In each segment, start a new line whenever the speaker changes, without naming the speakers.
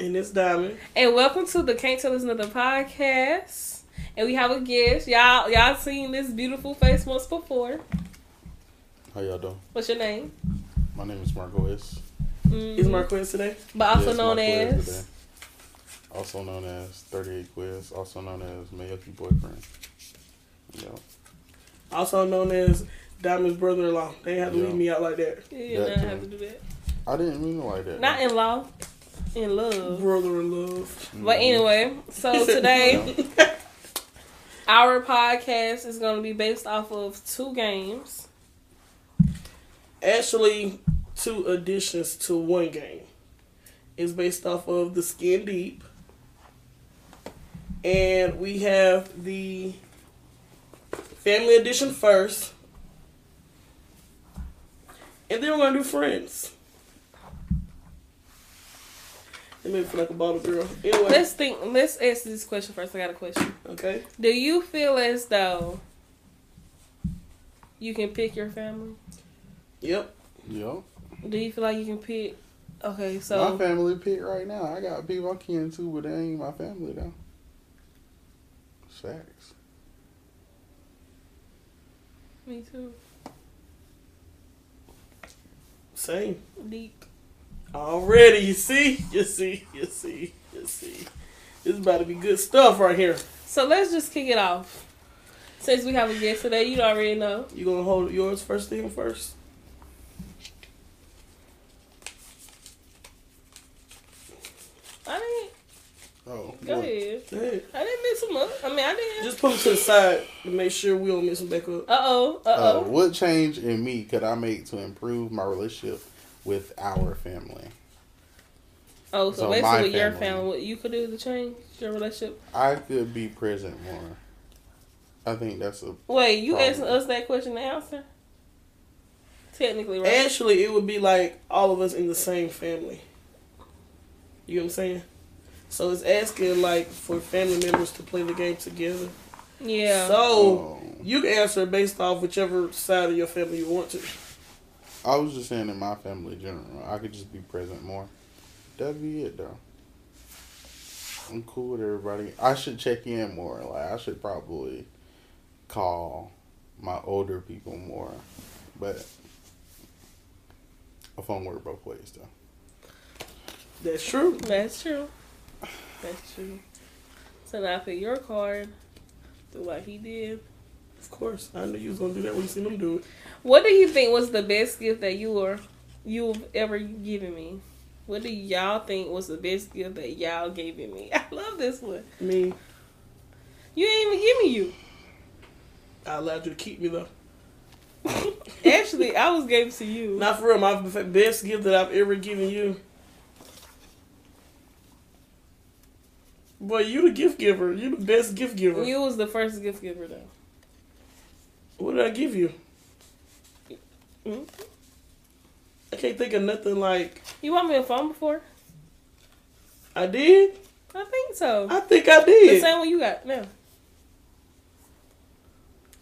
Miss Diamond.
And welcome to the Can't Tell Us Another podcast. And we have a guest. Y'all, y'all seen this beautiful face once before.
How y'all doing?
What's your name?
My name is Marco S.
Mm,
Is Marquez today?
Mm-hmm. but also
Yes,
known
Marco is
as.
today. Also known as 38 Quiz. Also known as Mayuki Boyfriend. Yo,
Also known as Diamond's brother-in-law. They had to
Yeah.
leave me out like that.
You don't
That
have to
too.
do that.
I didn't mean it like that.
Not in law, in love.
Brother-in-law.
Mm-hmm.
But anyway, so today our podcast is going to be based off of two games.
Actually, two additions to one game. It's based off of the Skin Deep, and we have the Family Edition first, and then we're gonna do Friends. It made me feel like a bottle girl. Anyway,
Let's think. Let's ask this question first. I got a question.
okay.
Do you feel as though you can pick your family?
Yep.
Yo,
Do you feel like you can pick? Okay,
my
so
family pick right now. I got people I can too, but they ain't my family though. Facts.
me too.
Same.
Deep.
Already, you see, you see, you see, you see. This is about to be good stuff right here.
So let's just kick it off. Since we have a guest today, you already know.
You gonna hold yours first thing first?
I didn't.
Oh,
Go
boy.
ahead.
Go ahead.
I didn't mix them up. I mean, I didn't.
Just put them to the side to make sure we don't mix them back up.
Uh oh. Uh
Uh,
oh.
what change in me could I make to improve my relationship with our family?
Oh, so,
so
basically,
my
with your
family.
family, what you could do to change your relationship.
I could be present more. I think that's a
Wait, you
Probably.
asking us that question to answer? Technically, right?
Actually, it would be like all of us in the same family. You know what I'm saying? So it's asking like for family members to play the game together.
yeah.
So
Oh.
you can answer based off whichever side of your family you want to.
I was just saying in my family in general, I could just be present more. That'd be it though. I'm cool with everybody. I should check in more. Like I should probably call my older people more. But a phone work both ways though.
That's true.
That's true. That's true. So now I put your card through what he did.
Of course. I knew you was gonna do that when you seen them do it.
What do you think was the best gift that you were you've ever given me? What do y'all think was the best gift that y'all gave me? I love this one.
Me,
You ain't even give me you.
I allowed you to keep me though.
Actually, I was gave to you.
Not for real. My b- best gift that I've ever given you. Boy, you the gift giver. You the best gift giver.
You was the first gift giver though.
what did I give you? Mm-hmm.
Hmm?
I can't think of nothing like
You want me a phone before?
I did.
I think so.
I think I
The
did.
same one you got now.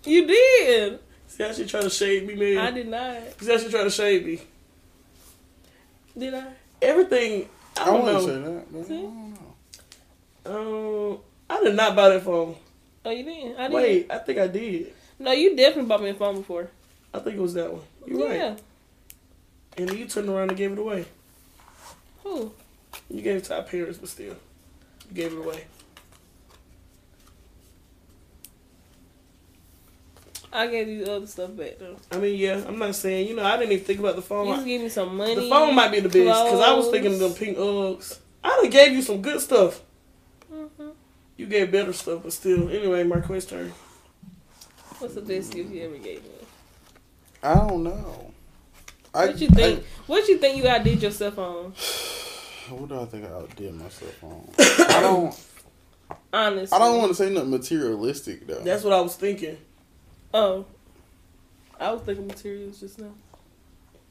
You did.
See how she trying to shade me,
I
man.
did not.
See how she trying to shade me.
Did I?
Everything. I
I,
don't know.
wouldn't say that. But I
See?
don't know.
Um, I did not buy that phone.
Oh, you didn't. I didn't.
Wait, I think I did.
No, you definitely bought me a phone before.
I think it was that one. You're
yeah.
right. And then you turned around and gave it away.
Who?
You gave it to our parents, but still, you gave it away.
I gave you other stuff back though.
I mean, yeah, I'm not saying, you know, I didn't even think about the phone.
You just gave me some money.
the phone might be the best because I was
clothes.
thinking of them pink Uggs. I done gave you some good stuff.
Mhm.
You gave better stuff, but still. Anyway, Marquez turn.
What's the best gift you ever gave me?
I don't know. I,
What you think? What you think you outdid yourself on?
I, what do I think I outdid myself on? I don't.
Honestly,
I don't want to say nothing materialistic though.
That's what I was thinking.
Oh, I was thinking materials just now.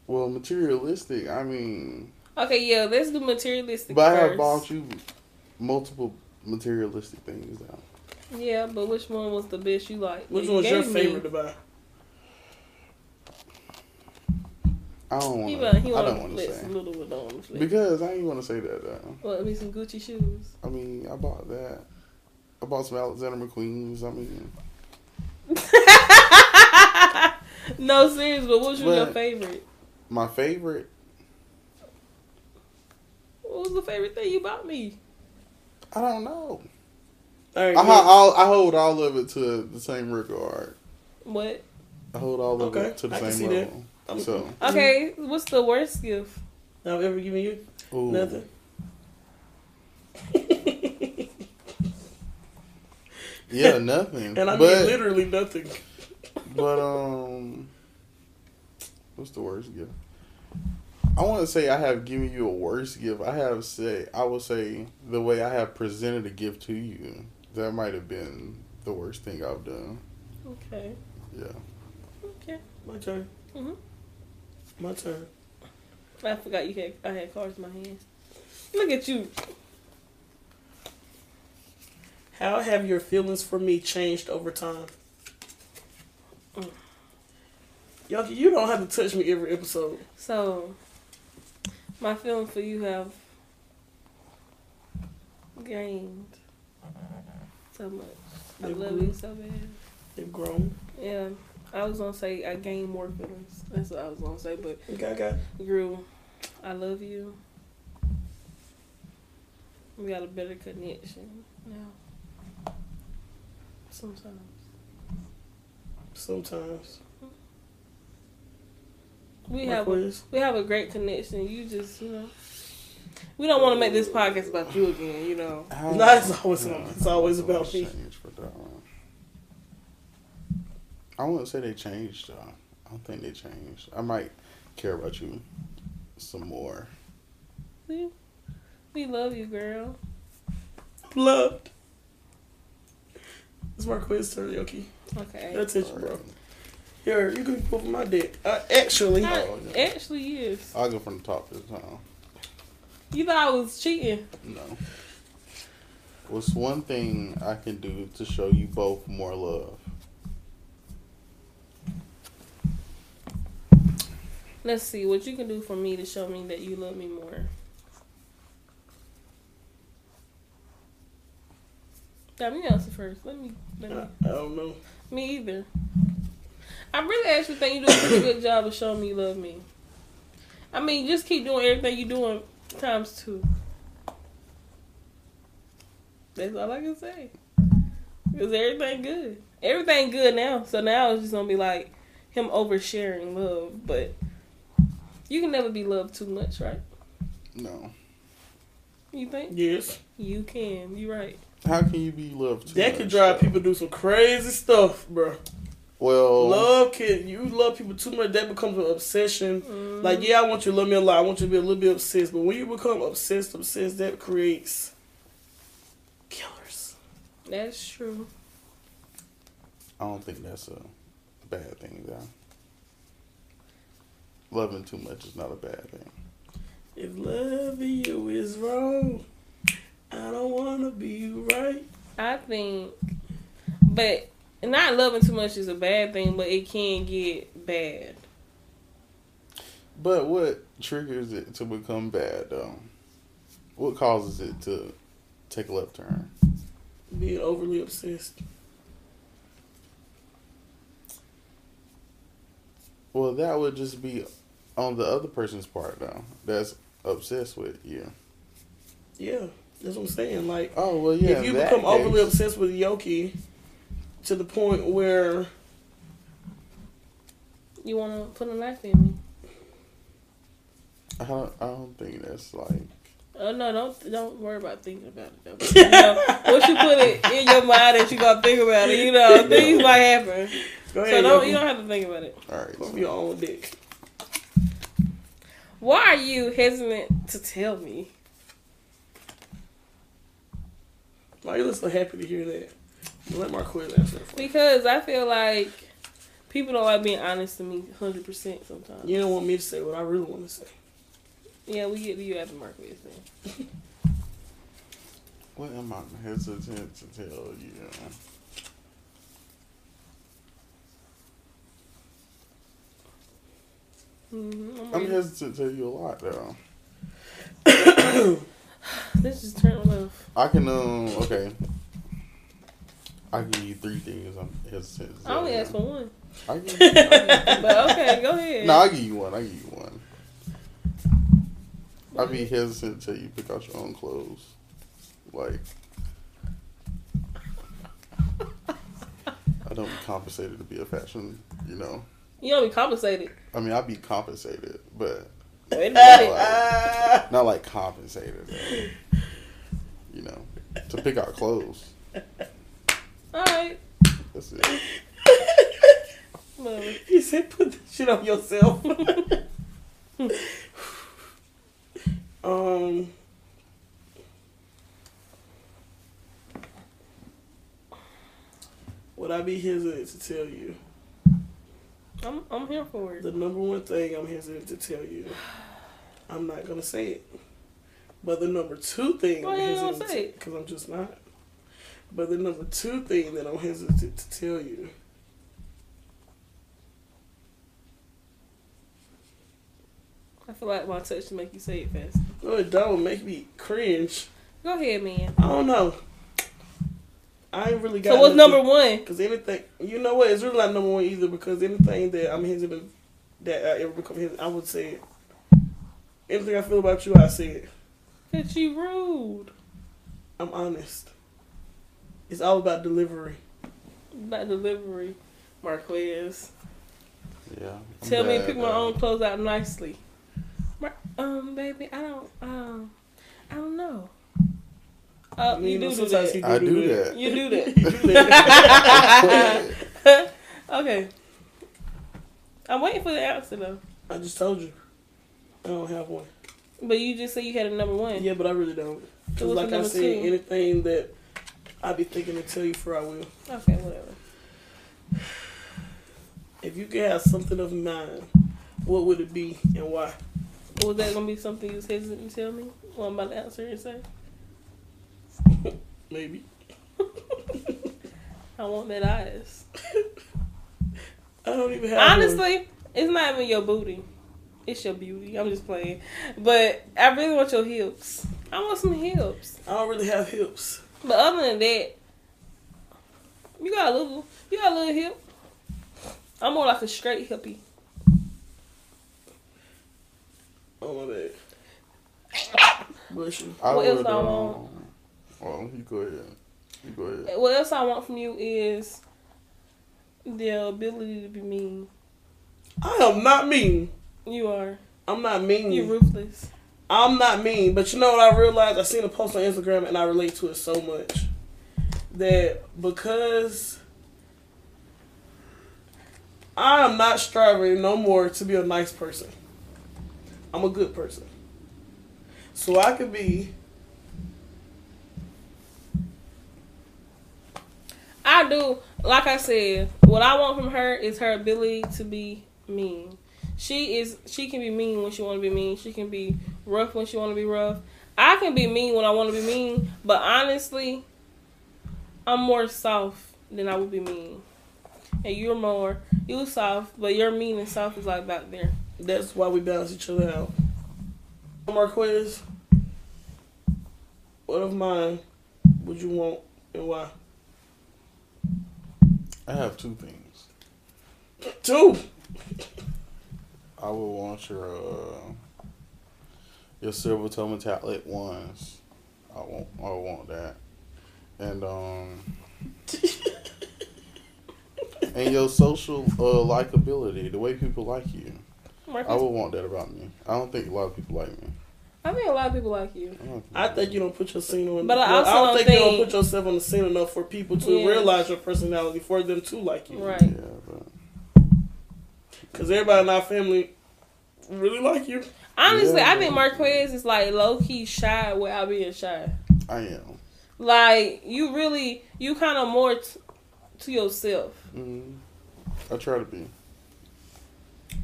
well, materialistic. I mean,
Okay, yeah, let's do materialistic.
But I
first.
have bought you multiple materialistic things now.
Yeah, but which one was the best you like?
Which
you
one's your
gave me?
favorite to buy?
I I don't
He
want
want,
to.
he
I
want
don't
on
want
the
to
flex.
say
Little one on the flex.
because I ain't want to say that. Though.
well, I mean some Gucci shoes.
I mean, I bought that. I bought some Alexander McQueen's. I mean,
no, serious, but what was your
But-
favorite?
my favorite.
What was the favorite thing you bought me?
I don't
All
know.
right,
I, ho-
yeah.
I'll- I hold all of it to the same regard.
What?
I hold all of
Okay,
it to the
I can see
same
that.
level.
I'm-
So,
Okay, what's the worst gift?
I've ever given you
uh- ooh,
nothing.
yeah, nothing.
And I mean
but
literally nothing.
but um, what's the worst gift? I want to say I have given you a worse gift. I have say I will say the way I have presented a gift to you. That might have been the worst thing I've done.
Okay.
Yeah.
Okay.
My turn.
Mhm.
My turn.
I forgot you had I had cards in my hand. Look at you.
How have your feelings for me changed over time? Mm. Y'all, you don't have to touch me every episode.
So, my feeling for you have gained so much. I
They've
love
grew-
you so bad.
They've grown.
Yeah, I was gonna say I gained more feelings. That's what I was gonna say, but
Okay, okay.
grew. I love you. We got a better connection now. Sometimes.
Sometimes.
We
My
have a,
quiz.
we have a great connection. You just you know we don't want to make this podcast about you again. You know.
How-
No, it's always-
No,
it's always
nothing
about me.
changed for that one. I wouldn't say they changed though. I don't think they changed. I might care about you some more.
We, we love you, girl.
Loved. It's my quiz turn, Yoki. Pay
Okay.
attention, bro. Here, you can pull my dick. Uh, actually,
Not-
Oh, yeah.
actually is.
I'll go from the top this time.
You thought I was cheating.
No. What's one thing I can do to show you both more love?
Let's see what you can do for me to show me that you love me more. Let me answer first. Let me. Let
I,
me.
I don't know.
Me either. I really actually think you do a pretty good job of showing me you love me. I mean, just keep doing everything you're doing times two. That's all I can say. Cause everything good. Everything good now. So now it's just gonna be like him oversharing love, but you can never be loved too much, right?
No.
You think?
Yes.
You can. You right.
How can you be loved? Too
that can
much,
drive
though?
people to do some crazy stuff, bro.
Well,
Love can you love people too much, that becomes an obsession.
Mm.
Like, yeah, I want you to love me a lot. I want you to be a little bit obsessed. But when you become obsessed, obsessed, that creates killers.
That's true.
I don't think that's a bad thing though. Loving too much is not a bad thing.
If loving you is wrong, I don't wanna be right.
I think, but not loving too much is a bad thing, but it can get bad.
But what triggers it to become bad though? What causes it to take a left turn?
Being overly obsessed.
Well, that would just be on the other person's part though. That's obsessed with you.
Yeah, that's what I'm saying. Like,
Oh well, yeah.
if you
in that
become overly
case-
obsessed with Yoki to the point where
You want to put a knife in me?
I don't, I don't think that's like.
Oh no! Don't don't worry about thinking about it. Though. You know, once you put it in your mind that you gonna think about it, you know things might happen. So
go ahead,
don't
Yoki.
you don't have to think about it.
All right.
Go for
So,
your own dick.
Why are you hesitant to tell me?
Why you look so happy to hear that? Let Marquez answer that for you.
Because I feel like people don't like being honest to me, hundred percent sometimes.
You don't want me to say what I really want to say.
Yeah, we get to you after Marquez then.
what am I hesitant to tell you?
Mm-hmm.
I'm hesitant to tell you a lot though.
This is turn left.
I can um okay. I can give you three things I'm hesitant. To
I only
tell
asked for one.
you. I give you, I
But okay, go ahead.
give, no, I give you one. I give you one. I'd be hesitant to tell you pick out your own clothes. Like I don't be compensated to be a fashion. You know,
You don't be compensated.
I mean I'd be compensated, but
Wait a
not
minute.
Ah.
like, not like compensated. though. You know, to pick out clothes.
All right.
That's it.
Whatever.
He said, "Put that shit on yourself." um, would I be hesitant to tell you
I'm I'm here for it.
the number one thing I'm hesitant to tell you? I'm not gonna say it. But the number two thing
Why
I'm
you don't say
hesitant
it?
because I'm just not. But the number two thing that I'm hesitant to tell you.
I feel like my touch should make you say it fast.
No, oh, it don't make me cringe.
Go ahead, man.
I don't know. I ain't really got.
So what's
nothing-
number one?
Because anything, you know what? It's really not number one either. Because anything that I'm hesitant that I ever become hesitant, I would say it. Anything I feel about you, I say it.
That you rude.
I'm honest. It's all about delivery.
About delivery, Marquez.
Yeah. I'm
Tell me,
glad,
to pick my
uh,
own clothes out nicely. Mar- Um, baby, I don't. Um, I don't know. Uh, you
know,
do do
sometimes
that.
I do that.
You do that.
You do that.
okay. I'm waiting for the answer though.
I just told you. I don't have one.
But you just said you had a number one.
Yeah, but I really don't.
So
Because,
what's
like
the
I
number
said,
two?
anything that I be thinking to tell you for, I will.
Okay, whatever.
If you could have something of mine, what would it be and why?
Was that gonna be something you was hesitant to tell me? What I'm about to answer and say?
Maybe.
I want that eyes.
I don't even have one.
Honestly, it's not even your booty. It's your beauty. I'm just playing. But I really want your hips. I want some hips.
I don't really have hips.
But other than that, you got a little you got a little hip. I'm more like a straight hippie.
Oh my bad. Bless you.
I
What else
would,
I
um,
want?
Well, you go ahead. You go ahead.
What else I want from you is the ability to be mean.
I am not mean.
You are.
I'm not mean.
You're ruthless.
I'm not mean. But you know what I realized? I seen a post on Instagram and I relate to it so much. That because I am not striving no more to be a nice person. I'm a good person. So I could be
I do. Like I said, what I want from her is her ability to be mean. She is. She can be mean when she want to be mean. She can be rough when she want to be rough. I can be mean when I want to be mean. But honestly, I'm more soft than I would be mean. And you're more you soft, but your mean and soft is like back there.
that's why we balance each other out. Marquez, what of mine would you want and why?
I have two things.
Two.
I would want your uh, your silver toe metallic ones. I want I want that, and um, and your social uh, likability, the way people like you.
Marcus,
I would want that about me. I don't think a lot of people like me.
I think a lot of people like you.
I, don't think
I think you don't put your scene on.
But I
well,
also
don't
don't
think, you
think-
don't put yourself on the scene enough for people to
Yeah.
realize your personality for them to like you.
Right.
Yeah, but
Because everybody in our family really like you.
Honestly,
Yeah,
I think
man.
Marquez is like low key shy without being shy.
I am.
Like you really, you kind of more t- to yourself,
mm I try to be.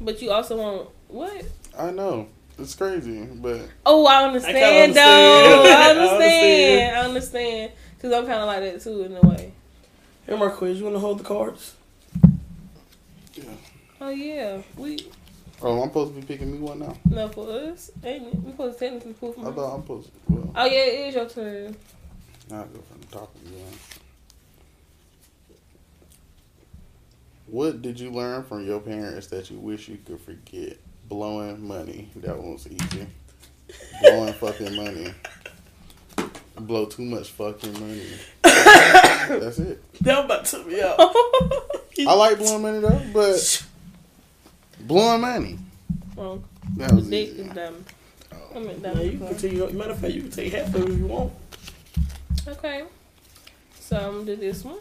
but you also want what?
I know it's crazy, but
Oh, I
kinda
understand though. I
understand. I
understand. I understand. Cause I'm kind of like that too in a way.
Hey, Marquez, you want to hold the cards?
yeah.
Oh yeah, we
Oh, I'm supposed to be picking me one now.
No, for us, ain't it? We supposed to technically pull from.
I
us.
thought I'm supposed to. Well,
Oh yeah, it is your turn.
I'll go from the top again. What did you learn from your parents that you wish you could forget? Blowing money. That one was easy. Blowing fucking money. Blow too much fucking money. That's it.
Y'all about to me out.
I like blowing money though, but blowing money.
Wrong.
That
The
was
dick is
easy.
diamond. I
Oh.
meant
Now you
diamond.
can continue. Matter of fact, you can take half of it if you want.
Okay. So I'm gonna do this one.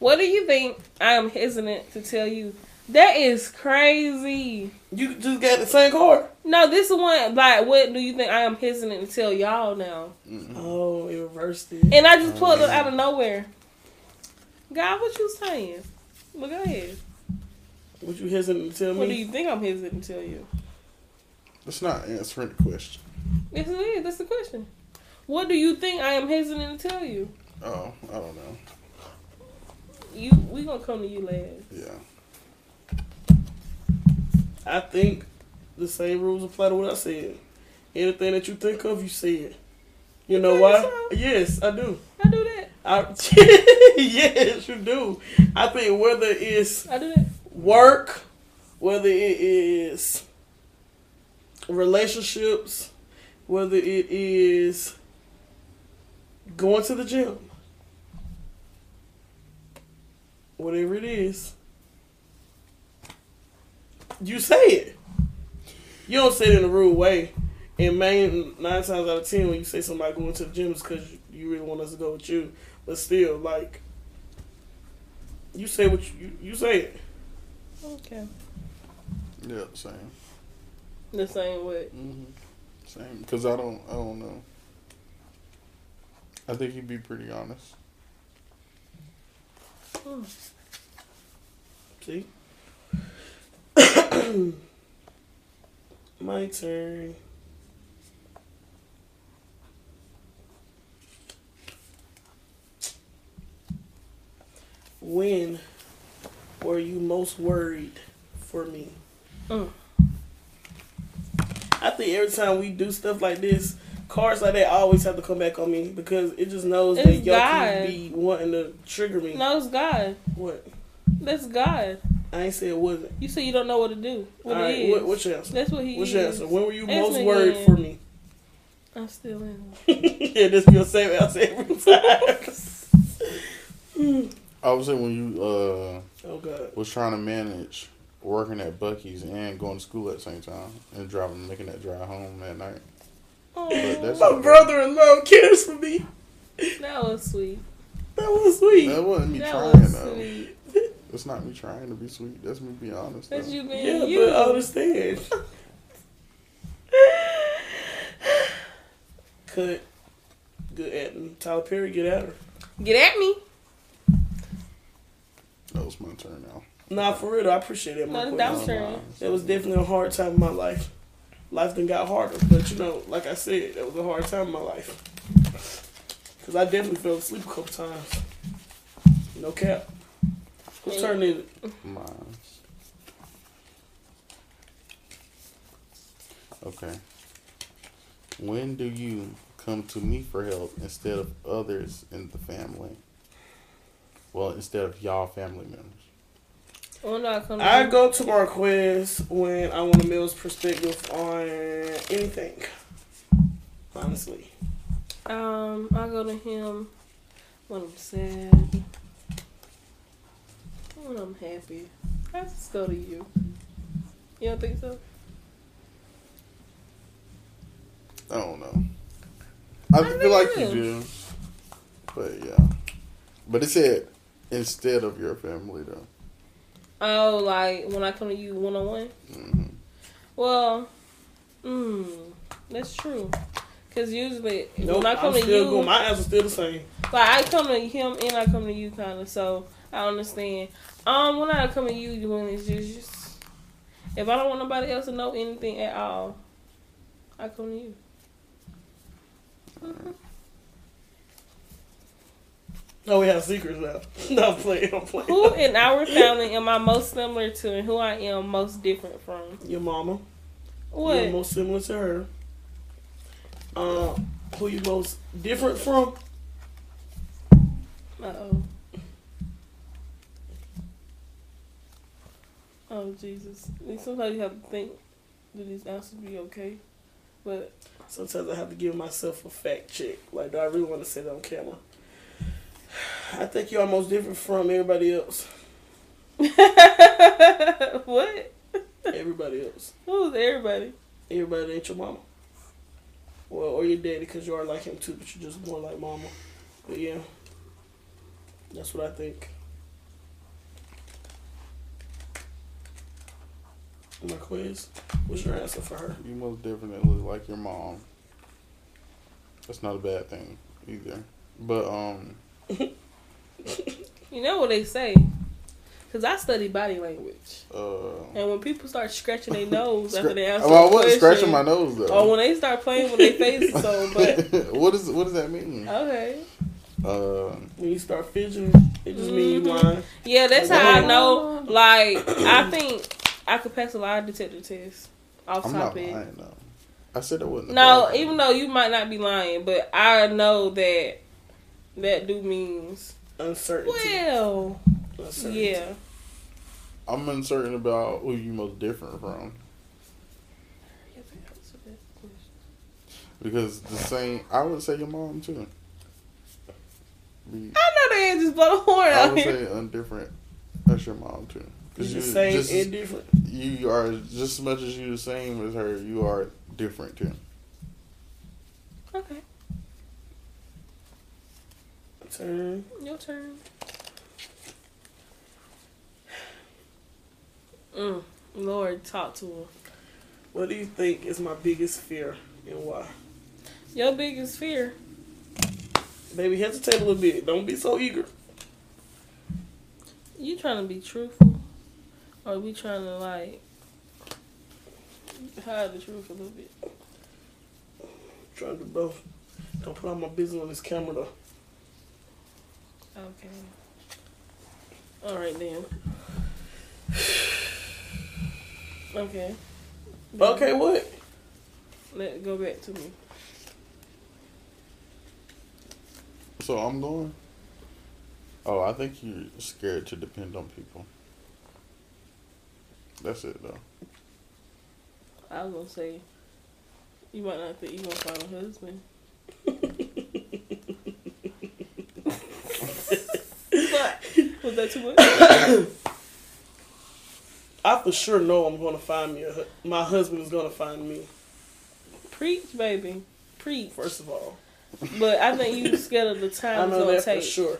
What do you think? I am hesitant to tell you. That is crazy.
You just got the same card.
No, this one, like, what do you think? I am hesitant to tell y'all now.
Mm-mm.
Oh, it reversed it.
And I just pulled up out of nowhere. God, what you saying? Well, go ahead.
What you hesitant to tell me?
What do you think I'm hesitant to tell you?
It's not answering the question.
Yes, it is. That's the question. What do you think I am hesitant to tell you?
Oh, I don't know.
You, we gonna come to you last.
Yeah.
I think the same rules apply to what I said. Anything that you think of, you say it. You know
think
why?
so?
Yes, I do.
I do that.
I, yes, you do. I think whether it's
I do that.
work, whether it is relationships, whether it is going to the gym, whatever it is, you say it. You don't say it in a rude way. And main nine times out of ten, when you say somebody going to the gym, it's because you really want us to go with you. But still, like, you say what you you, you say it.
Okay.
Yeah, same.
The same way.
Mm-hmm.
hmm Same, because I don't, I don't know. I think he'd be pretty honest.
Hmm.
See? My turn. When were you most worried for me?
Mm.
I think every time we do stuff like this, cards like that always have to come back on me because it just knows that
It's
y'all
God.
keep be wanting to trigger me.
No, it's God.
What?
That's God.
I ain't said it wasn't.
You say you don't know what to do. What
All
it
right,
is.
what, what's your answer?
That's what he
What's
is.
your answer? When were you
Ask
most
me
worried
again.
for me?
I'm still in.
yeah, this be your same answer every time.
I would say when you uh
oh God.
was trying to manage working at Bucky's and going to school at the same time and driving, making that drive home at night. But
Oh,
that's
My brother-in-law cares for me.
that was sweet.
That was sweet.
that wasn't me
That
trying
was
though.
sweet.
It's not me trying to be sweet. That's me being honest.
That's
though.
you being
yeah,
you.
but um, I understand. Cut. Good at me. Tyler Perry, get at her.
Get at me.
That was my turn now.
Nah, for real. though, I appreciate that.
No,
My question.
that
That
was-
was,
turn.
mine.
definitely a hard time in my life. Life then got harder, but you know, like I said, that was a hard time in my life. Cause I definitely fell asleep a couple times. No cap. Whose turn is it?
Mine. Okay. When do you come to me for help instead of others in the family? Well, instead of y'all family members.
When do Oh, I come?
I
to-
go to Marquez when I want a male's perspective on anything. Honestly.
Um, I go to him when I'm sad. When I'm happy. I just go to you. You don't think so?
I don't know. I,
I
feel like you
don't
do. But yeah. But it said instead of your family, though.
Oh, like when I come to you one on one.
hmm
Well, mm, that's true. Cause usually
Nope,
when I come
I'm
to
still
you,
going. My answer's still the same.
like I come to him and I come to you, kind of. So I understand. Um, when I come to you, you when it's just, just if I don't want nobody else to know anything at all, I come to you. Mhm.
No, we have secrets now. no, I'm playing. I'm playing.
Who in our family am I most similar to, and who I am most different from?
Your mama. You're
What?
most similar to her. Uh, who you most different from?
Uh oh. Oh Jesus! And Sometimes you have to think, do these answers be okay? But
Sometimes I have to give myself a fact check. Like, do I really want to say that on camera? I think you're most different from everybody else.
what?
Everybody else.
Who's everybody?
Everybody that ain't your mama. Well, or your daddy, because you are like him too, but you're just more like mama. But yeah, that's what I think. My quiz. What's your answer for her?
You most definitely look like your mom. That's not a bad thing either. But um,
You know what they say? Cause I study body language,
uh,
and when people start scratching their nose after they answer,
well, I
a
was
question,
scratching my nose though.
Or when they start playing with their face, Oh, so but Uh,
what is what does that mean?
okay,
Um,
When you start fidgeting, it just means you
Mhm.
lying.
yeah, that's how I
Wow.
know. Like I think I could pass a lot of detector tests off
I'm not
topic.
lying though. I said I wasn't. a
No,
bad thing.
even though you might not be lying, but I know that that do means
Uncertainty.
well,
Uncertainty.
yeah.
I'm uncertain about who you most different from because the same. I would say your mom too. Be-
I know they ain't just blow the horn
I
out
would
here.
say undifferent. That's your mom too.
It's
Because
the
you
same
just
and different.
you are just as much as you the same as her. You are different too.
Okay,
Turn.
your turn. Mm, Lord, talk to him.
What do you think is my biggest fear and why?
Your biggest fear.
Baby, hesitate a little bit. Don't be so eager.
You trying to be truthful, or we trying to like hide the truth a little bit?
Trying to do both. Don't put all my business on this camera though.
Okay. All right then. Okay.
Okay, what?
Let go back to me.
So I'm going. Oh, I think you're scared to depend on people. That's it though.
I was gonna say, you might not think you gonna find a husband. but was that too much?
I for sure know I'm gonna find me. A, hu- my husband is gonna find me.
Preach, baby, preach.
First of all,
But I think you scared of the
I
time it's
know
gonna
that
take.
for sure.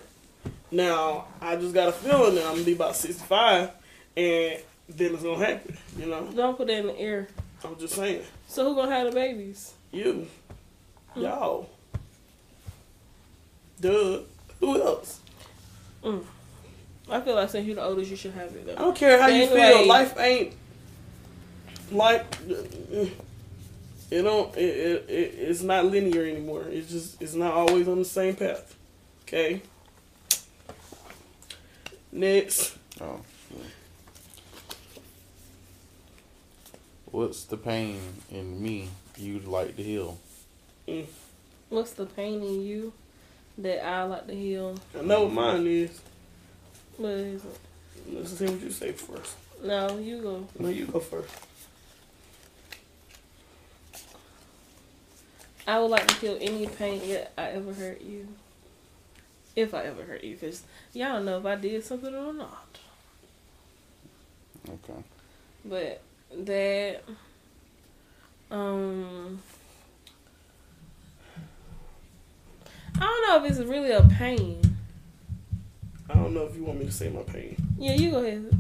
Now I just got a feeling that I'm gonna be about 65, and then it's gonna happen. You know,
Don't put that in the air.
I'm just saying.
So who gonna have the babies?
You, y'all, duh. Who else?
I feel like since you're the oldest, you should have it
I
though.
don't care how you
Anyway.
feel. Life ain't life. It don't. It, it, it it's not linear anymore. It's just it's not always on the same path. Okay. Next,
Oh. yeah. What's the pain in me you'd like to heal?
What's the pain in you that I like to heal?
I know what mine is.
What is it?
Let's see what you say first.
No, you go.
No, you go first.
I would like to feel any pain that I ever hurt you. If I ever hurt you, because y'all don't know if I did something or not.
Okay.
But that, um, I don't know if it's really a pain.
I don't know if you want me to say my pain.
Yeah, you go ahead.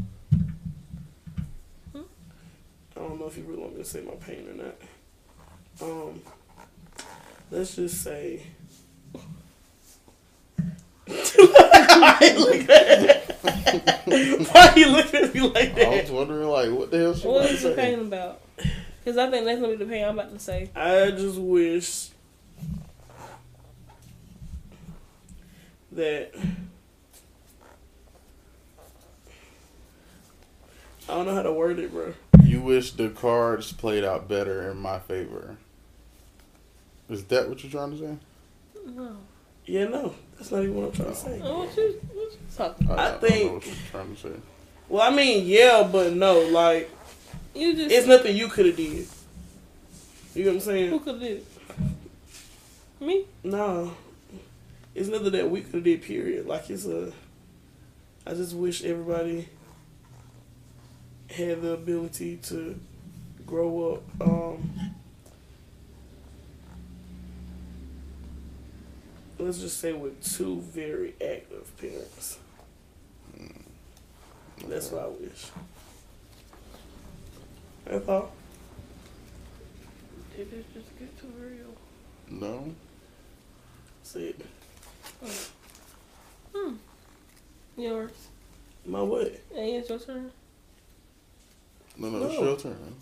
I don't know if you really want me to say my pain or not. Um, let's just say. Why you look at- Why you looking at me like
I was
that?
wondering, like, what the hell she
What
was
is the pain
saying?
about? Because I think that's gonna be the pain I'm about to say.
I just wish that I don't know how to word it, bro.
You wish the cards played out better in my favor. Is that what you're trying to say?
No.
Yeah, no, that's not even what I'm trying to say.
Oh, What you, what you talking about?
I
don't
think-
know what you're trying to say.
Well, I mean, yeah, but no, like
You just.
it's nothing you could have did. You know what I'm
Who
saying?
could do it? Me?
No, it's nothing that we could have did. Period. Like it's a. I just wish everybody had the ability to grow up. Um, let's just say with two very active parents. That's what I wish. That's all.
Did it just get too real?
No.
That's it.
Hmm. Yours.
My what?
And it's your turn.
No, no,
No.
it's your turn.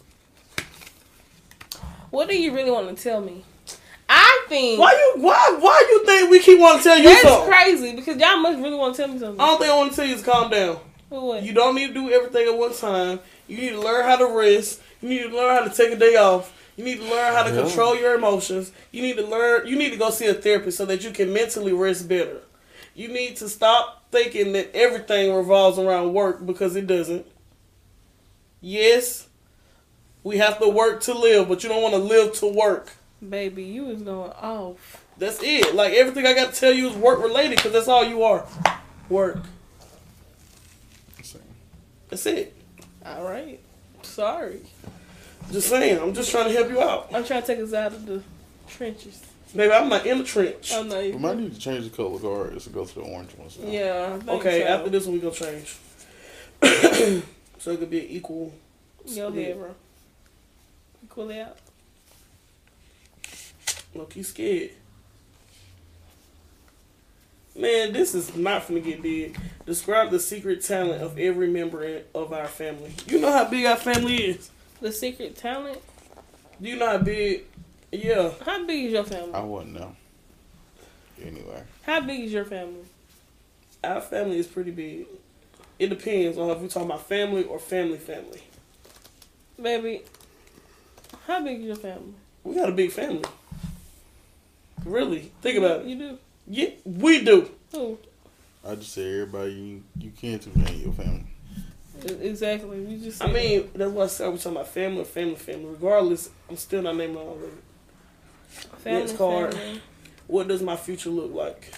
What do you really want to tell me? I think
Why you why why you think we keep wanting to tell you
that's
something?
crazy because y'all must really want to tell me something.
I don't think I want to tell you to calm down.
But what?
You don't need to do everything at one time. You need to learn how to rest. You need to learn how to take a day off. You need to learn how to
Yeah.
control your emotions. You need to learn you need to go see a therapist so that you can mentally rest better. You need to stop thinking that everything revolves around work because it doesn't. Yes, we have to work to live, but you don't want to live to work.
Baby, you is going off.
That's it. Like everything I got to tell you is work related because that's all you are. Work.
Same.
That's it.
All right. Sorry.
Just saying. I'm just trying to help you out.
I'm trying to take us out of the trenches. Oh,
Baby, I'm not in the trench.
I'm not
We
even.
might need to change the color cards to go to the orange ones. now.
yeah. I think
okay,
so.
after this one, we going to change. so it could be an equal.
Your
split.
head, bro. You Cool it out.
Look, you scared. Man, this is not finna get big. Describe the secret talent of every member in- of our family. You know how big our family is.
The secret talent.
Do you know how big? Yeah.
How big is your family?
I wouldn't know. Anyway.
How big is your family?
Our family is pretty big. It depends on if we're talking about family or family family.
Baby, how big is your family?
We got a big family. Really, think about it.
You do?
Yeah, we do.
Who?
I just say everybody you you can't in your family.
E- Exactly. We just.
I
said
mean, that's why I said we're talking about family or family family. Regardless, I'm still not naming all of it.
family,
next card.
family.
What does my future look like?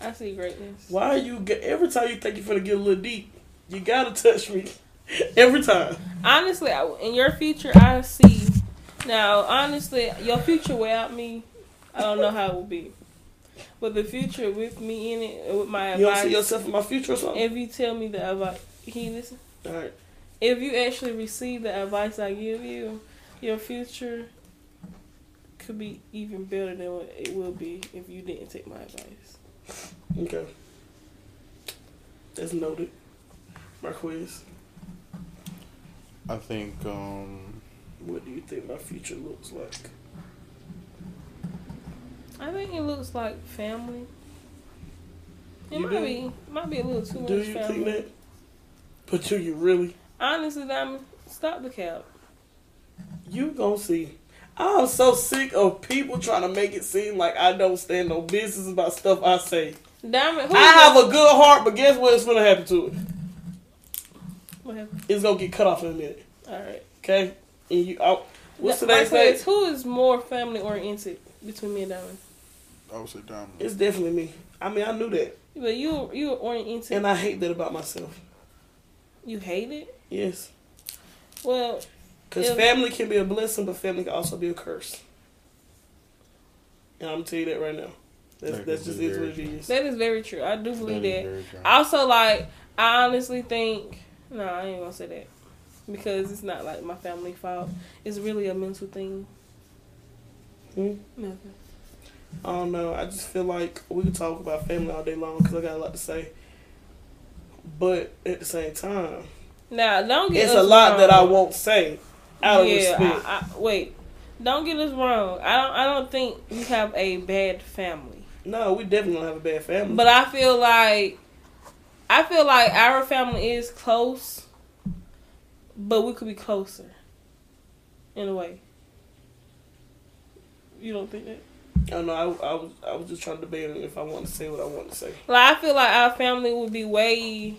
I see greatness.
Why are you get, every time you think you're gonna get a little deep, you gotta touch me every time.
Honestly, I, in your future, I see. Now, honestly, your future without me, I don't know how it will be. But the future with me in it, and with my
You don't see
advice,
yourself in my future or something.
if you tell me the advice, he listen.
All right,
If you actually receive the advice I give you, your future could be even better than what it will be if you didn't take my advice.
okay. That's noted. My quiz.
I think um
What do you think my future looks like?
I think it looks like family. It
You
might
do?
be might be a little too
Do
much
you
family.
think that? But do you really?
Honestly, Diamond, stop the cap.
You gonna see. I'm so sick of people trying to make it seem like I don't stand no business about stuff I say.
Diamond, who
I have a good heart, but guess what? It's gonna happen to it.
What happened?
It's gonna get cut off in a minute.
All right.
Okay? And you out. What's
the
today's day?
Who is more family oriented between me and Diamond?
I would say diamond.
It's definitely me. I mean, I knew that,
But you you were oriented.
and I hate that about myself.
you hate it.
Yes,
Well,
because
Yeah.
family can be a blessing, but family can also be a curse. And I'm gonna tell you that right now. That's,
That
that's
could
just
be
is what it
very
is.
that is very true. I do believe that.
is very true.
Also, like, I honestly think, no, I ain't gonna say that because it's not like my family fault. It's really a mental thing.
Hmm?
Nothing.
I don't know. I just feel like we could talk about family all day long because I got a lot to say. But at the same time,
Now, don't get
it's
us
a lot that I
wrong.
won't say out of respect.
I, I, wait, don't get us wrong. I don't. I don't think you have a bad family.
No, we definitely gonna have a bad family.
But I feel like I feel like our family is close, but we could be closer. In a way. You don't think that?
I don't know. I, I was I was just trying to debate if I want to say what I want to say.
Like I feel like our family would be way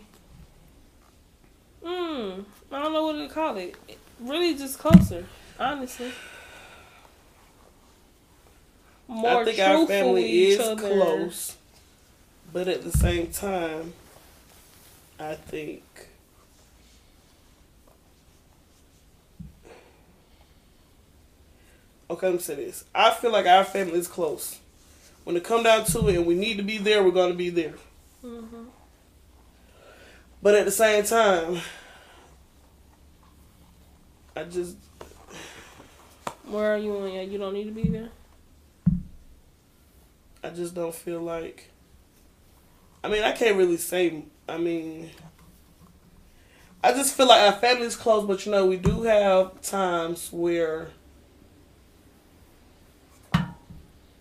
mm, I don't know what to call it. Really just closer, honestly. More
I think
truthful
our
with
family
each
is
other.
close, but at the same time, I think okay. Let me say this. I feel like our family is close. When it come down to it, and we need to be there, we're gonna be there.
Mhm.
But at the same time, I just
Where are you on? Yeah, you don't need to be there.
I just don't feel like. I mean, I can't really say. I mean, I just feel like our family's close, but you know, we do have times where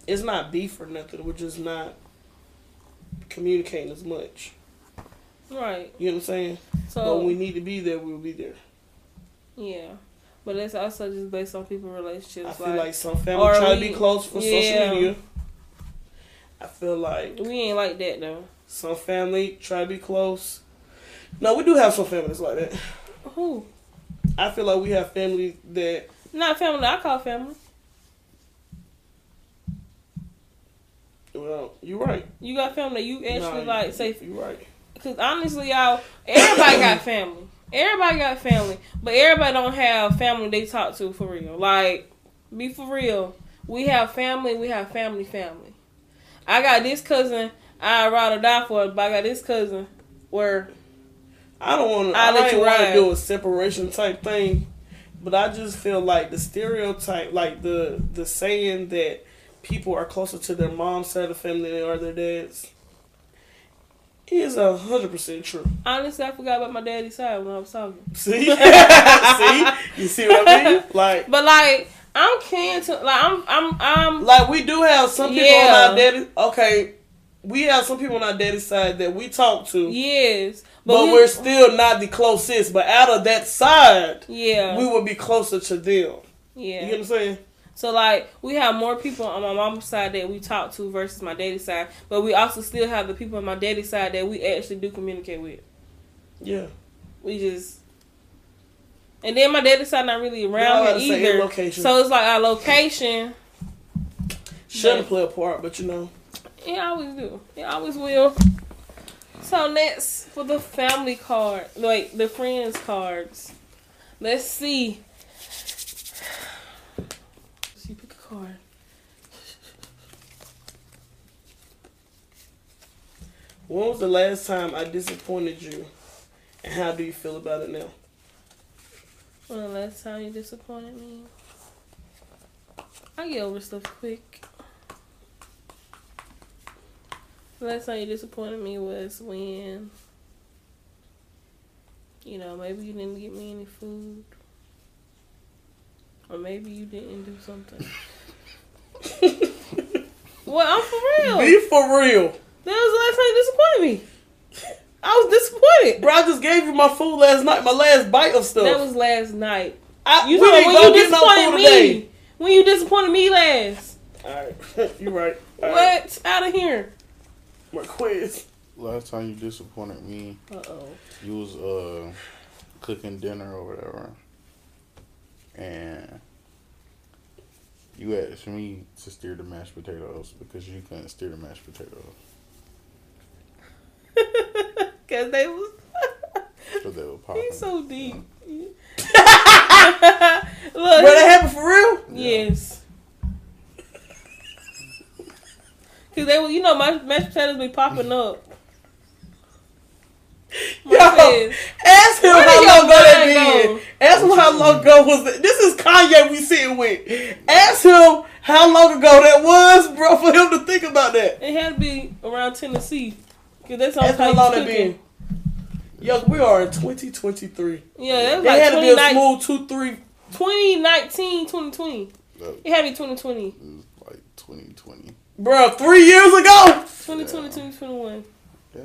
it's not beef or nothing. We're just not communicating as much.
Right.
You know what I'm saying?
So
but when we need to be there, we'll be there.
yeah, but it's also just based on people relationships.
I feel like
Or
some family try to
we-
be close for
yeah.
social media. I feel like
we ain't like that though.
Some family try to be close. No, we do have some families like that.
Who?
I feel like we have family that
Not family. I call family.
well, you're right.
You got family. that You actually
Nah,
like say
you're right.
Cause honestly, y'all, everybody got family. Everybody got family, but everybody don't have family they talk to for real. Like, be for real. We have family. We have family. Family. I got this cousin. I would rather die for it, but I got this cousin. Where
I don't want to.
I'll
I
let
don't
you
want
ride.
to do a separation type thing, but I just feel like the stereotype, like the the saying that people are closer to their mom's side of the family than they are their dad's, is a hundred percent true.
honestly, I forgot about my daddy's side when I was talking.
See, see, you see what I mean? Like,
But like, I'm kin to like I'm I'm I'm
Like we do have some people
Yeah.
on our daddy. Okay, we have some people on our daddy's side that we talk to,
yes,
but,
we-
we're still not the closest. But out of that side,
yeah
we would be closer to them.
yeah.
You know what I'm saying?
So like we have more people on my mom's side that we talk to versus my daddy's side, but we also still have the people on my daddy's side that we actually do communicate with.
Yeah.
We just and then my daddy's side not really
I
around here
was about to say,
either.
your location.
So it's like our location.
Shouldn't
Yeah.
play a part, but you know,
It always do. It always will. So next for the family card, like the friends cards. Let's see. She pick a card.
when was the last time I disappointed you, and how do you feel about it now?
When the last time you disappointed me? I get over stuff quick. The last time you disappointed me was when, you know, maybe you didn't get me any food. Or maybe you didn't do something. well, I'm for real.
Be for real,
That was the last time you disappointed me. I was disappointed.
bro. I just gave you my food last night, my last bite of stuff.
That was last night.
I,
You
we
know
ain't
when
gonna
you
get no
disappointed
food
me.
today.
When you disappointed me last.
All right, you're right. All right.
What? Out of here.
My quiz.
Last time you disappointed me,
Uh oh.
you was uh cooking dinner or whatever, and you asked me to steer the mashed potatoes because you couldn't steer the mashed potatoes
Cause they was
because they were popping.
he's so deep. Look,
Bro, that happened for real?
yes. Cause they were, you know, my mashed potatoes be popping up. My
Yo,
fist.
ask him
Where
how
did your
long ago that
mind
been.
go?
Ask him how long ago was that. This is Kanye we sitting with. Ask him how long ago that was, bro, for him to think about that.
It had to be around Tennessee. Cause that's all
Ask
how
how
you
long
cooking.
that been. Yo, we are in 2023.
Yeah, that was
It
like
had to be a
29
smooth two, three.
2019, 2020.
That
It had to be 2020.
was like 2020.
Bro, three years ago.
2020, 2021.
Yeah.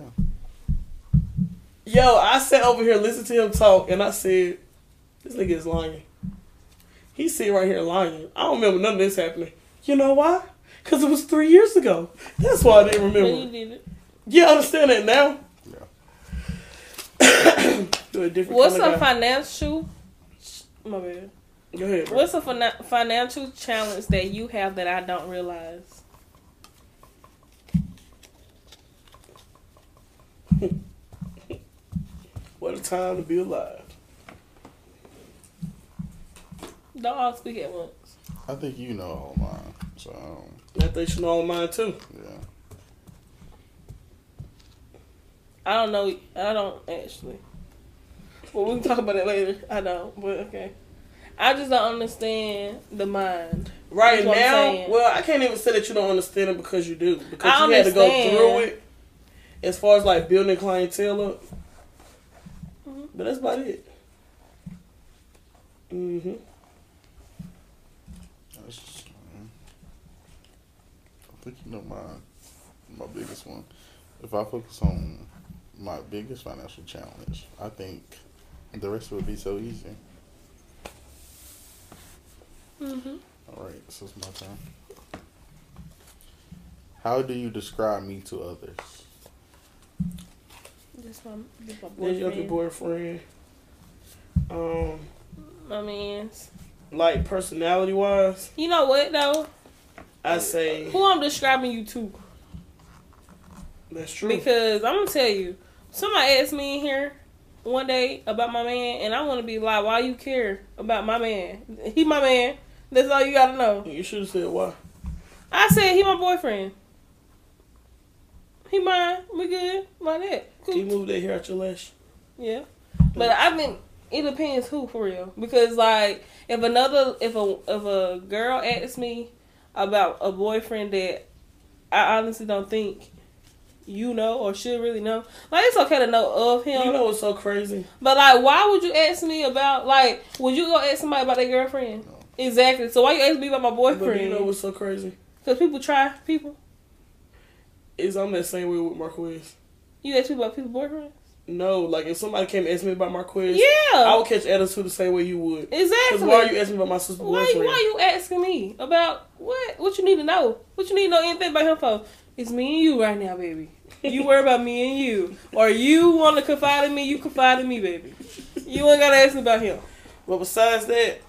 Yo, I sat over here listening to him talk, and I said, "This nigga is lying." He sitting right here lying. I don't remember none of this happening. You know why? Cause it was three years ago. That's why I didn't
But you
remember.
did it.
You understand that now?
Yeah.
You're a different
What's
kind
a
of
financial? sh- My bad.
guy. Go ahead, bro.
What's a fina- financial challenge that you have that I don't realize?
What a time to be alive.
Don't all speak at once.
I think you know all mine. So, um,
I think you know all mine too.
yeah.
I don't know. I don't actually. Well, we can talk about it later. I don't. But okay. I just don't understand the mind.
Right
That's what I'm
now,
saying.
well, I can't even say that you don't understand it because you do. Because
I
you had to go
understand.
through it as far as like building clientele up. But that's about it. Mm-hmm.
That's just, um, I think you know my my biggest one. If I focus on my biggest financial challenge, I think the rest would be so easy.
Mm-hmm.
All right, so it's my turn. How do you describe me to others?
That's my, that's my
There's your other
boyfriend.
boyfriend. Um,
My man's.
like personality wise,
You know what though?
I say
Who I'm describing you to?
that's true.
Because I'm gonna tell you, somebody asked me in here one day about my man, and I want to be like, why you care about my man? He my man. That's all you gotta know.
you should have said why.
I said he my boyfriend. He mine. We good like that.
Can you
Cool.
move that hair out your lash?
Yeah. But I think it depends who for real. Because like if another if a if a girl asks me about a boyfriend that I honestly don't think you know or should really know, like it's okay to know of him.
You know what's so crazy?
But like, why would you ask me about like? Would you go ask somebody about their girlfriend?
No.
Exactly. So why you ask me about my
But do you know
boyfriend?
what's so crazy?
Because people try people.
Is I'm that same way with Marquez.
You ask me about people's boyfriends.
No, like if somebody came and asked me about Marquez,
Yeah.
I would catch attitude the same way you would. Because
exactly.
why are you asking about my sister's
why,
boyfriend?
why you asking me about what? What you need to know? What you need to know anything about him for? It's me and you right now, baby. You worry about me and you, or you want to confide in me? You confide in me, baby. You ain't gotta ask me about him.
But besides that,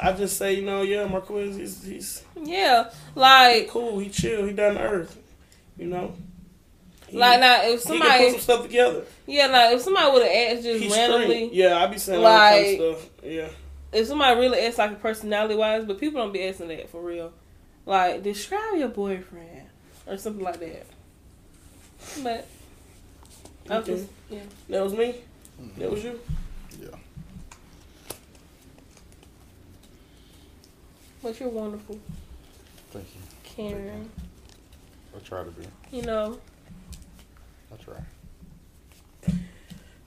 I just say, you know, yeah, Marquez, he's, he's
Yeah, like,
cool, he chill, he down to earth, you know? He,
like now if
he can put
somebody,
some stuff together.
yeah, like if somebody would have asked just
He's
randomly,
straight. Yeah, I be saying all kinds of
Like-
stuff. Yeah.
if somebody really asks like personality wise, but people don't be asking that for real. Like describe your boyfriend or something like that. But I'm
Okay.
just yeah.
That was me?
Mhm.
That was you?
Yeah.
But you're wonderful,
Thank you.
Karen.
I try to be.
You know,
I try.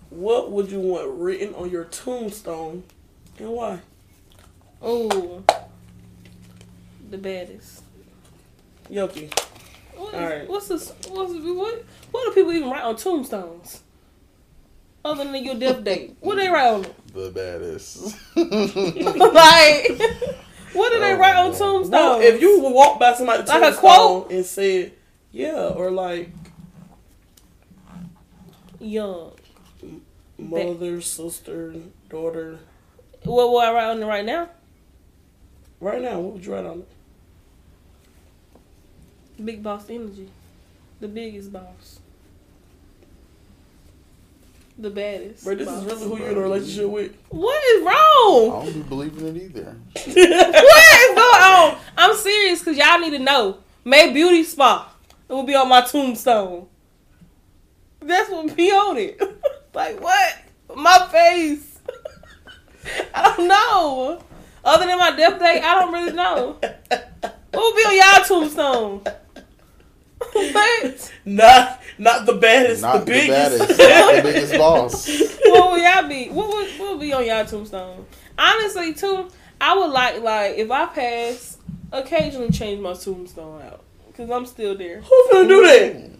What would you want written on your tombstone and why? Oh.
ooh, the baddest.
Yoki.
What is,
All right.
What's this? What's what? What do people even write on tombstones? Other than your death date, what they write on it?
The baddest.
like, what do they
Oh,
write on
man.
tombstones?
No, if you walked by somebody's
Like a
tombstone
quote?
and said, yeah, or like,
young,
mother, sister, daughter,
what will I write on it right now?
Right now, what would you write on it?
Big boss energy. The biggest boss. The baddest.
Bro, this
boss.
is really who you're in a relationship with.
What is
I
wrong?
don't be believing it either.
What is going on? I'm serious because y'all need to know. May Beauty Spa. It will be on my tombstone. That's what be on it. like what? My face. I don't know. Other than my death date, I don't really know. What will be on y'all tombstone? what?
not, not the baddest,
Not
the biggest.
the baddest. Not the biggest boss.
What will y'all be? What would what would be on y'all tombstone? Honestly, too, I would like like if I pass, occasionally change my tombstone out. Cause I'm still there.
Who's gonna do that?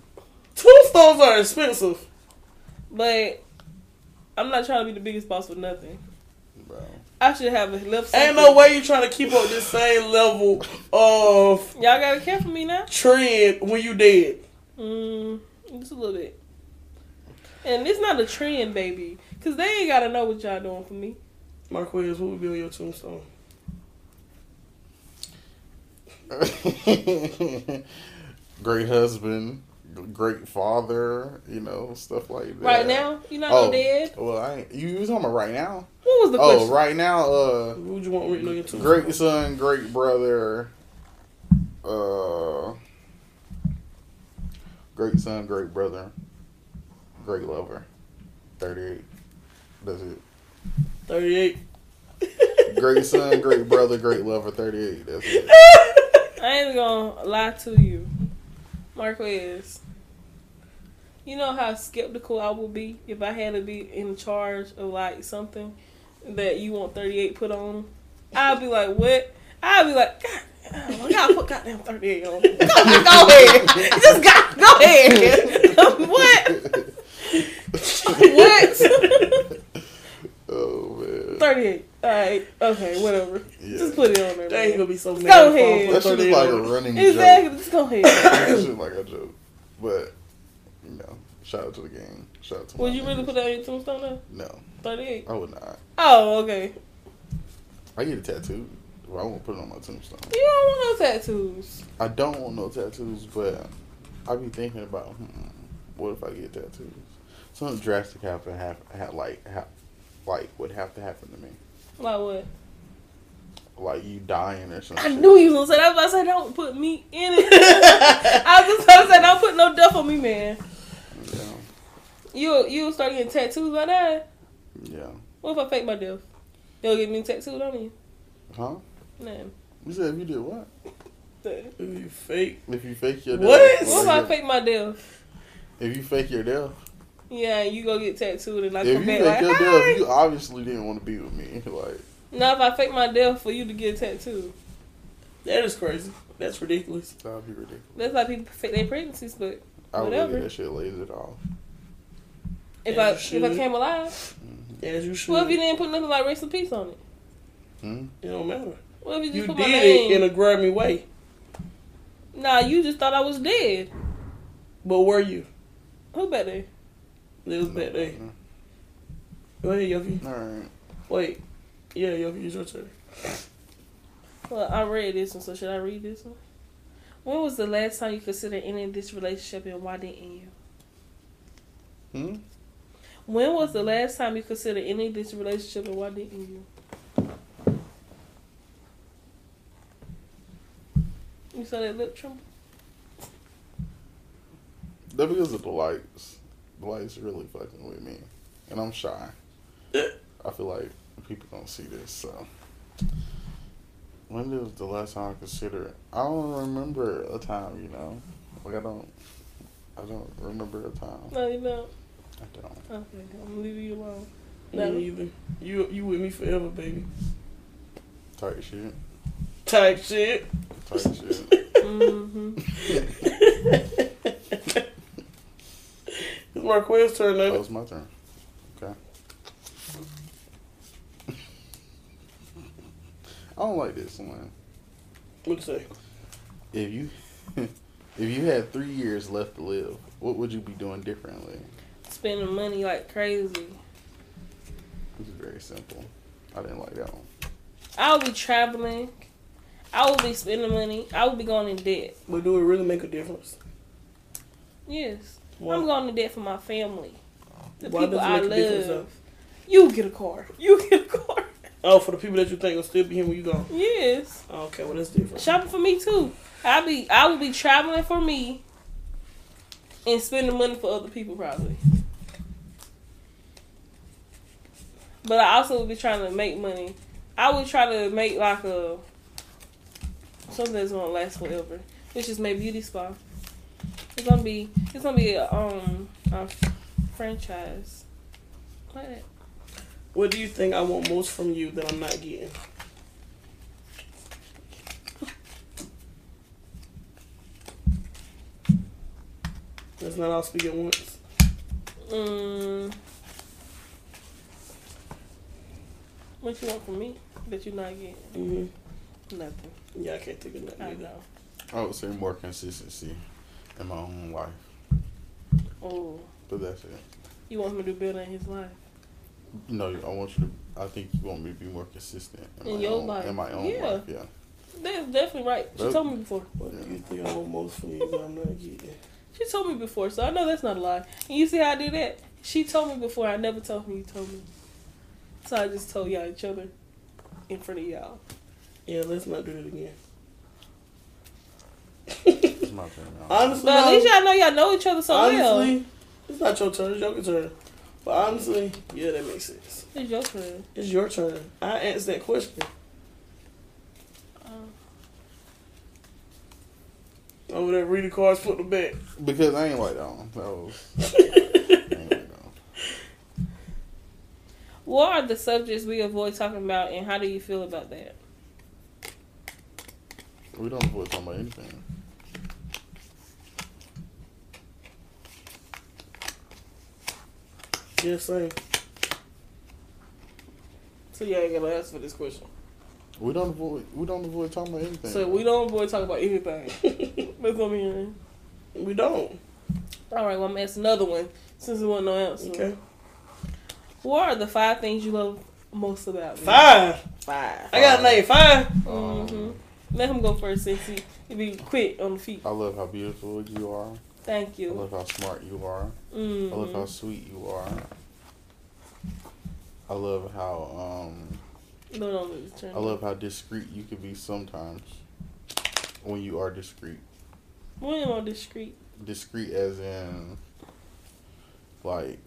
Tombstones are expensive.
But I'm not trying to be the biggest boss with nothing.
Bro.
I should have a left.
Ain't no way you trying to keep up this same level of
Y'all gotta care for me now.
trend when you dead.
Mm, just a little bit. And it's not a trend, baby. Cause they ain't gotta know what y'all doing for me.
Marquez, what would be on your tombstone?
great husband, g- great father, you know, stuff like that.
Right now, you not
Oh.
dead.
Well, I ain't, you you was talking about right now.
What was the
Oh,
question?
right now, uh,
Who would you want written on your tombstone?
great son, great brother, uh, great son, great brother, great lover, thirty-eight. That's it.
38.
Great son, great brother, great lover, thirty-eight. That's it.
I ain't gonna lie to you, Marquez. You know how skeptical I would be if I had to be in charge of like something that you want 38 put on. I'd be like, what? I'd be like, God, I gotta put goddamn 38 on. Go ahead. Just got, go ahead. what? What?
Oh man.
38. Alright, okay, whatever.
Yeah.
Just put it on there.
They ain't
man.
gonna be so mad.
Go
if
ahead.
I
That
put
shit
38
is like a
on it.
running joke.
Exactly, just go ahead.
That shit like a joke. But you know, shout out to the gang. Shout out to.
Would
my
you really
niggas.
put that on your tombstone now?
No,
38.
I would not.
Oh, okay.
I get a tattoo. But I won't put it on my tombstone.
You don't want no tattoos.
I don't want no tattoos, but I be thinking about hmm, what if I get tattoos? Something drastic happen, have, have like ha like would have to happen to me,
Like what?
like you dying or something.
I knew you was gonna say that. I was about to say, don't put me in it. I was just about to say, don't put no duff on me, man.
Yeah,
You you start getting tattoos like that?
yeah.
What if I fake my duff? You'll get me tattooed on you?
Huh?
Nothing.
You said if you did what?
What
You fake.
If you fake your
What?
death?
if I fake my duff?
If you fake your death,
Yeah, you go get tattooed and I
if you
come
fake
back like,
your
"Hi."
death, you obviously didn't want to be with me. Like,
Now if I fake my death for you to get tattooed,
That is crazy. That's ridiculous.
that'd be ridiculous.
that's like people fake their pregnancies. But
I would
Whatever.
get that shit lasered off.
if
Yeah,
I
you should.
if I came alive,
Mm-hmm.
As you should.
what if you didn't put nothing like rest in peace on it?
Hmm?
It don't matter.
What if you just
You
put
did
my name?
it in a grimy way.
Nah, you just thought I was dead.
But were you?
Who better?
It was a bad day.
Mm-hmm.
Go ahead, Yuffie.
All right.
Wait. Yeah, Yuffie, it's your turn.
Well, I read this one, so should I read this one? When was the last time you considered ending this relationship and why didn't you?
Hmm?
When was the last time you considered ending this relationship and why didn't you? You saw that lip tremble?
That because of the lights. The lights really fucking with me. And I'm shy. I feel like people don't see this, so. When was the last time I considered? I don't remember a time, you know? Like, I don't. I don't remember a time.
No, you know.
I don't.
Okay, I'm gonna leave you alone.
Me
No.
neither. You you with me forever, baby.
Tight shit.
Type shit.
Tight shit.
Mm-hmm.
it's Marquez's turn
that
now.
was my turn. Okay. I don't like this one.
What'd you say?
If you if you had three years left to live, what would you be doing differently?
Spending money like crazy.
This is very simple. I didn't like that one.
I would be traveling. I would be spending money. I would be going in debt.
But do it really make a difference?
Yes.
Why,
I'm going to debt for my family. The
why
people
does it
I
make a difference?
love. You get a car. You get a car.
though? Oh, for the people that you think will still be here when you go.
yes.
Oh, okay, well that's different.
Shopping for me too. I be I would be traveling for me and spending money for other people probably. But I also would be trying to make money. I would try to make like a something that's gonna last forever, which is my beauty spa. It's gonna be it's gonna be a um a franchise. Like that.
What do you think I want most from you that I'm not getting? not all speak at once.
Mm. What you want from me that you not getting?
Mm-hmm.
Nothing.
Yeah, I can't think of nothing.
I
either.
know.
I would say more consistency in my own life,
Oh,
but that's it.
you want him to build on his life
No, I want you to. I think you want me to be more consistent
In
my
your
own,
life.
In my own
Yeah.
life, yeah.
That's definitely right. She
Nope.
told me before.
What do you think I want most from you that I'm not getting?
She told me before, so I know that's not a lie. And you see how I do that? She told me before. I never told him you told me. So I just told y'all each other in front of y'all.
Yeah, let's not do it again.
It's my turn now.
honestly,
But at
no,
least y'all know y'all know each other so
honestly,
well.
it's not your turn. It's your turn. But honestly, yeah, that makes sense.
It's your friend.
It's your turn. I asked that question.
Oh.
Over there, reading cards, put them back.
because I ain't like that. One. That was. I ain't like that. one.
What are the subjects we avoid talking about, and how do you feel about that?
We don't avoid talking about anything.
Yeah, same.
So y'all ain't gonna answer for this question.
We don't avoid. We don't avoid talking about anything.
So we don't avoid talking about anything. That's what I'm hearing.
We don't.
All right, well I'm gonna ask another one since there wasn't no answer.
Okay.
What are the five things you love most about me?
Five.
Five.
I got a name. Five.
Um,
Mhm. Let him go first since he he be quick on the feet.
I love how beautiful you are.
Thank
I
you.
love how smart you are. I love how
Mm.
sweet you are. I love how um
No, don't lose turn.
I love how discreet you can be sometimes when you are discreet.
When am I discreet?
Discreet as in like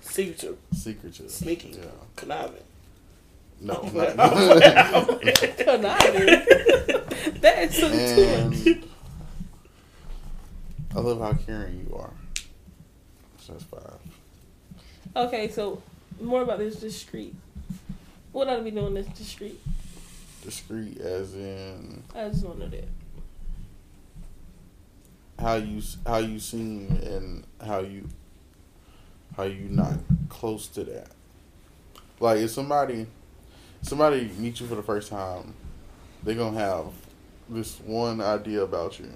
Signature.
secretive.
Sneaky.
Yeah.
Conniving.
No. not-
Conniving. that is so too much.
and I love how caring you are. So that's five.
Okay, so more about this discreet. What ought to be doing this discreet?
Discreet as in
I just want to know that.
how you s- how you seem and how you how you not close to that. Like if somebody somebody meets you for the first time, they gonna have this one idea about you,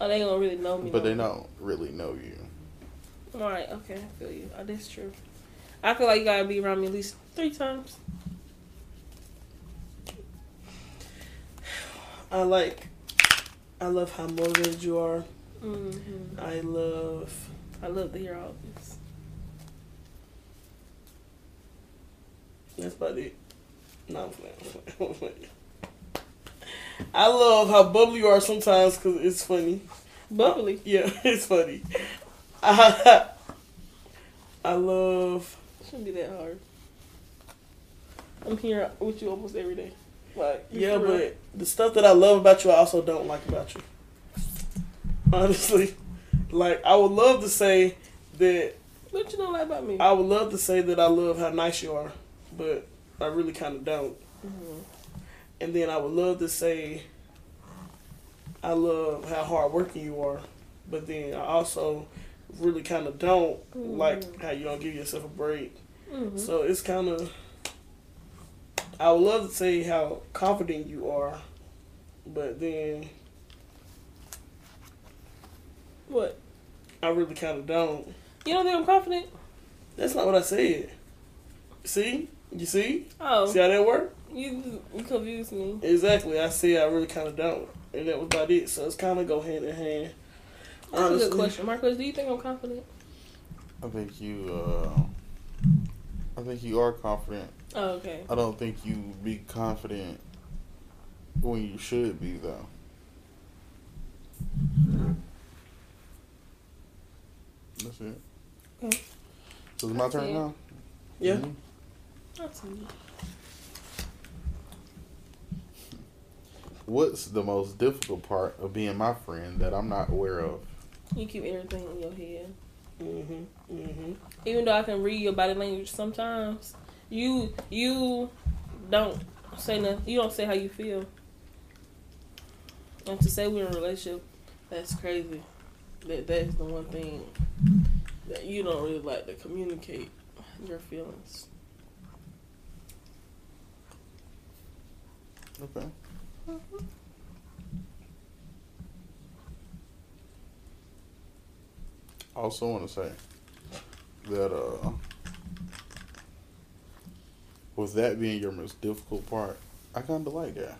Oh, they don't really know me.
but they
know.
don't really know you.
All right, okay, I feel you. Oh, that's true. I feel like you gotta be around me at least three times.
I like. I love how motivated you are.
Mm-hmm.
I love.
I love to hear all this.
That's about it. No, I'm playing. I'm playing, I'm playing. I love how bubbly you are sometimes because it's funny.
Bubbly.
Yeah, it's funny. I, I love.
Shouldn't be that hard. I'm here with you almost every day. Like you
Yeah,
for real.
but the stuff that I love about you, I also don't like about you. Honestly, like I would love to say that
what you don't like about me?
I would love to say that I love how nice you are, but I really kind of don't.
Mhm.
And then I would love to say I love how hardworking you are, but then I also really kind of don't like
Mm.
how you don't give yourself a break.
Mhm.
So it's kind of. I would love to say how confident you are, but then
what?
I really kind of don't.
You don't think I'm confident?
That's not what I said. See? You see?
Oh,
See how that worked?
you you confused me.
Exactly. I said I really kind of don't. And that was about it. So it's kind of go hand in hand.
That's a good
Honestly.
question, Marcus. Do you think I'm confident?
I think you. Uh, I think you are confident.
Oh, okay.
I don't think you be confident when you should be though. That's it.
Okay.
So it's my
That's
turn
it.
now.
Yeah?
Mhm.
That's me.
What's the most difficult part of being my friend that I'm not aware of?
You keep everything in your head.
Mm hmm. Mm hmm.
even though I can read your body language sometimes, you you don't say nothing. You don't say how you feel. And to say we're in a relationship That's crazy. That that's the one thing that you don't really like to communicate your feelings.
Okay.
Mm-hmm.
I also want to say that uh, with that being your most difficult part, I kind of like that.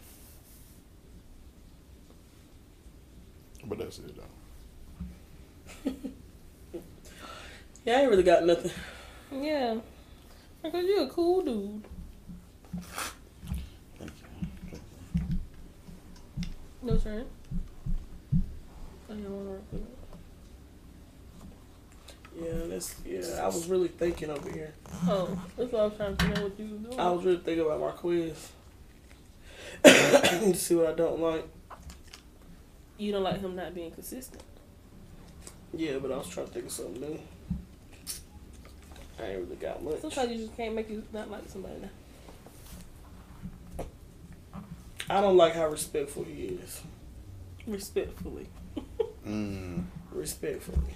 But that's it though.
Yeah, I ain't really got nothing.
Yeah, because you're a cool dude.
Thank you.
No turn. I don't wanna repeat it.
Yeah, that's yeah. I was really thinking over here.
Oh, that's what I was trying to figure out what you was doing.
I was really thinking about my quiz. to see what I don't like.
you don't like him not being consistent.
Yeah, but I was trying to think of something new. I ain't really got much.
Sometimes you just can't make you not like somebody. Now.
I don't like how respectful he is.
Respectfully.
Mm.
Respectfully.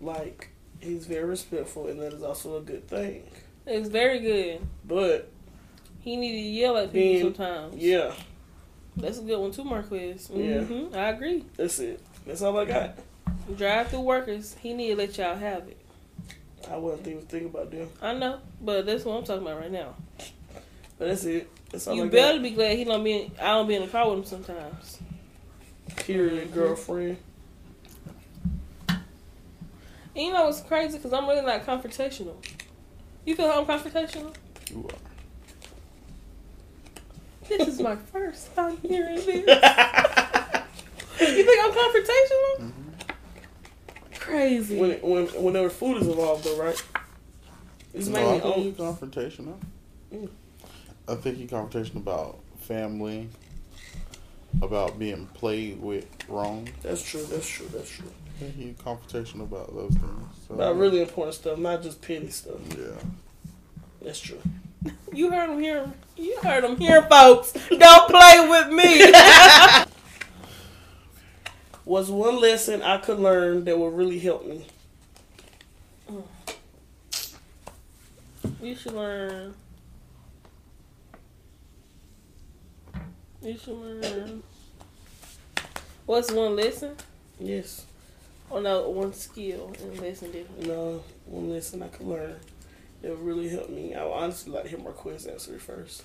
Like, he's very respectful, and that is also a good thing.
It's very good.
But,
He need to yell at people
Being-
sometimes.
yeah,
That's a good one too, Marquez.
Yeah.
hmm I agree.
that's it. That's all I got.
Drive through workers, he need to let y'all have it.
I wasn't even thinking about them.
I know, but that's what I'm talking about right now.
But that's it. That's all
you
I
better be glad he don't be. In, I don't be in the car with him sometimes.
got. Period, girlfriend.
And you know what's crazy? Cause I'm really not confrontational. You feel I'm confrontational?
You are.
This is my first time hearing this.
when
You think I'm confrontational?
Mm-hmm.
Crazy.
it, Mm. when whenever food is involved, though, right? It's
No, I
mainly
think you
on.
confrontational.
Mm.
I think you confrontational about family, about being played with wrong.
That's true. That's true. That's true.
I think you confrontational about those things. So,
About really important stuff, not just petty stuff.
Yeah.
That's true.
You heard him here. You heard him here, folks. Don't play with me.
Was one lesson I could learn that would really help me.
You should learn. You should learn. What's one lesson?
Yes.
Oh no, one skill and lesson different.
No, uh, one lesson I could learn that would really help me. I would honestly like to hear my quiz answer first.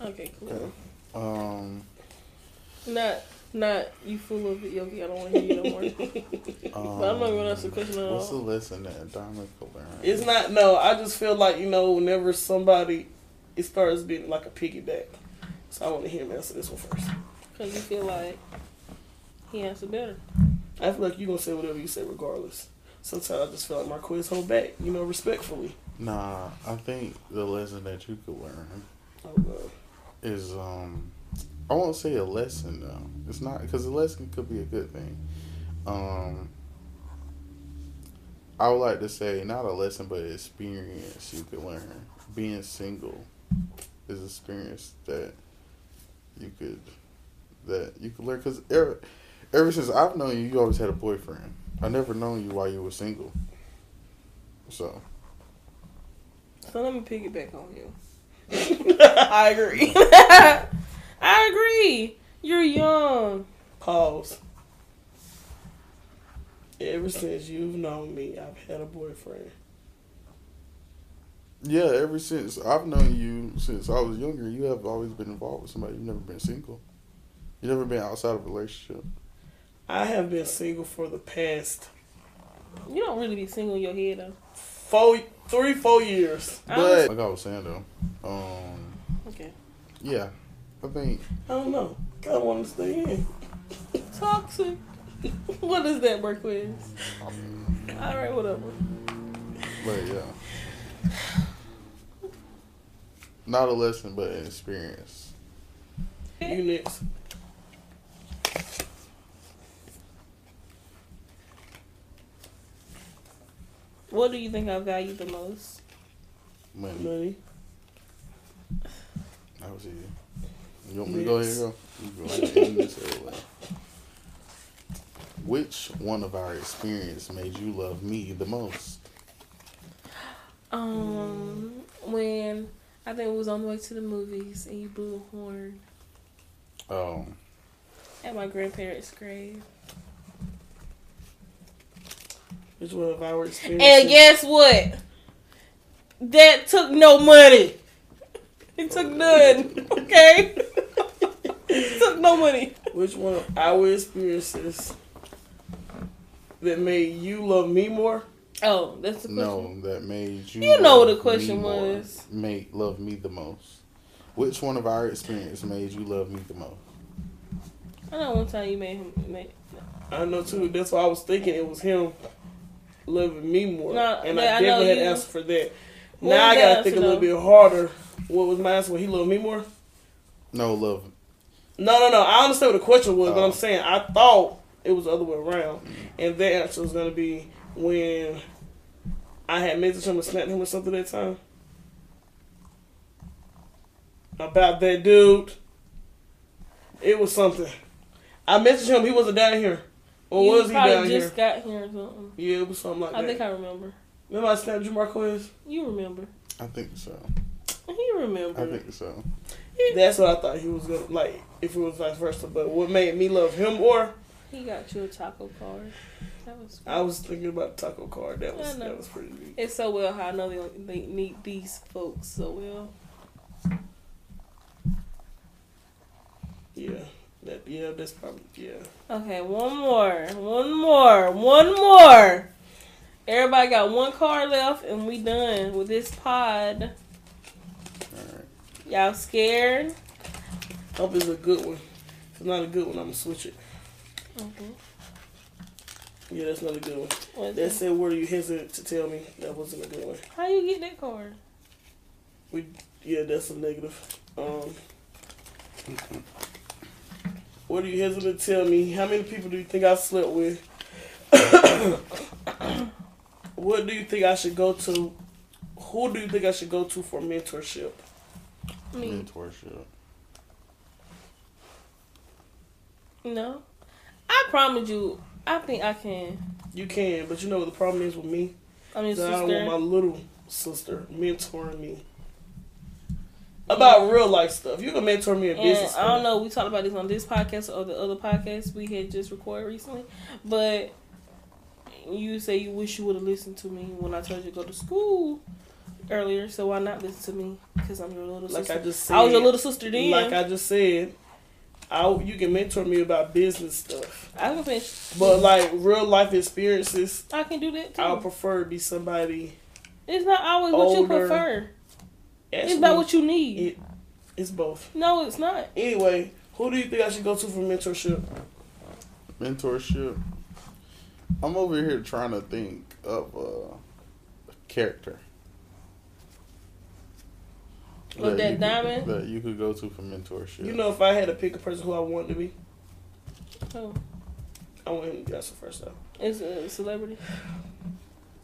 Okay,
Okay.
cool.
Um.
Not, not you full of it, Yogi. I don't want to hear you no more.
Um,
but I'm not gonna ask the question at
What's the
all.
lesson that Diamond could learn?
It's not no. I just feel like you know, whenever somebody, it starts being like a piggyback. So I want to hear him answer this one first.
Cause you feel like he answered better.
I feel like you gonna say whatever you say regardless. Sometimes I just feel like my quiz hold back, you know, respectfully.
Nah, I think the lesson that you could learn
Oh, God.
is um, I won't say a lesson though. It's not because a lesson could be a good thing. Um, I would like to say not a lesson, but an experience you could learn. Being single is an experience that you could that you could learn because ever ever since I've known you, you always had a boyfriend. I never known you while you were single. So
So let me piggyback on you. I agree. I agree. You're young.
Pause. Ever since you've known me, I've had a boyfriend.
Yeah, ever since I've known you since I was younger, you have always been involved with somebody. You've never been single. You've never been outside of a relationship.
I have been single for the past
You don't really be single in your head though.
four, three, four years.
I
But like I was saying though, um,
Okay.
yeah, I think
I don't know. I want to stay in.
Toxic. what is that work with? All right, whatever.
But yeah. Not a lesson, but an experience.
You next.
What do you think I value the most?
Money.
Money.
That was easy. You want me to go ahead and go? You go ahead and end this whole way. Which one of our experience made you love me the most?
Um, when I think we was on the way to the movies and you blew a horn
Oh,
at my grandparents' grave.
Which one of our experiences?
And guess what? That took no money. It took none. Okay. it took no money.
Which one of our experiences that made you love me more?
Oh, that's the question.
no, that made you.
You know what
love
the question
me more-
was.
Made love me the most. Which one of our experience made you love me the most?
I know one time you made him. Made,
I know too. That's why I was thinking it was him loving me more,
No,
and
yeah,
I
I know
definitely had
you-
asked for that.
Well,
now I
yeah,
gotta think a
so no.
little bit harder. What was my answer? When he loved me more?
No love.
No, no, no. I understand what the question was, but
Oh.
I'm saying I thought it was the other way around, and that answer was gonna be when I had messaged him and snapped him or something that time about that dude. It was something. I messaged him. He wasn't down here, or
you
was he
probably
down here?
just got here or something.
Yeah, it was something like
I
that.
think I remember.
Remember I snapped you, Marquez?
You remember.
I think so.
He remembered.
I think so.
That's what I thought he was gonna like if it was vice versa. But what made me love him or
He got you a taco card. That was.
I was thinking about the taco card. That was
I know.
that was pretty neat.
It's so well how I know they, they need these folks so well.
Yeah. That yeah, that's probably yeah.
Okay, one more, one more, one more. Everybody got one card left, and we done with this pod.
All right.
Y'all scared?
Hope it's a good one. If it's not a good one, I'm gonna switch it. Mm-hmm.
Okay.
Yeah, that's not a good one.
What's
That
that?
said word you hesitant to tell me that wasn't a good one.
How you get that card?
We yeah, that's a negative. Um what are you hesitant to tell me? How many people do you think I slept with? what do you think I should go to? Who do you think I should go to for mentorship?
Me?
Mentorship.
No. I promise you. I think I can.
You can, but you know what the problem is with me?
I'm your
That I don't want my
sister.
little sister mentoring me. About real life stuff. You can mentor me in
And
business.
I don't
stuff.
know. We talked about this on this podcast or the other podcast we had just recorded recently, but you say you wish you would have listened to me when I told you to go to school earlier. So why not listen to me? Because I'm your little
Like
sister.
I just said.
I was your little sister then.
Like I just said, I you can mentor me about business stuff,
I can finish.
but like real life experiences,
I can do that too.
I would prefer to be somebody.
it's not always what you
older.
prefer.
Actually,
It's about what you need.
it, it's both.
no, it's not.
Anyway, who do you think I should go to for mentorship?
Mentorship. I'm over here trying to think of a character.
With that
you could-
diamond?
that you could go to for mentorship.
You know, if I had to pick a person who I wanted to be,
Oh,
I want him to guess the first though.
it's a celebrity.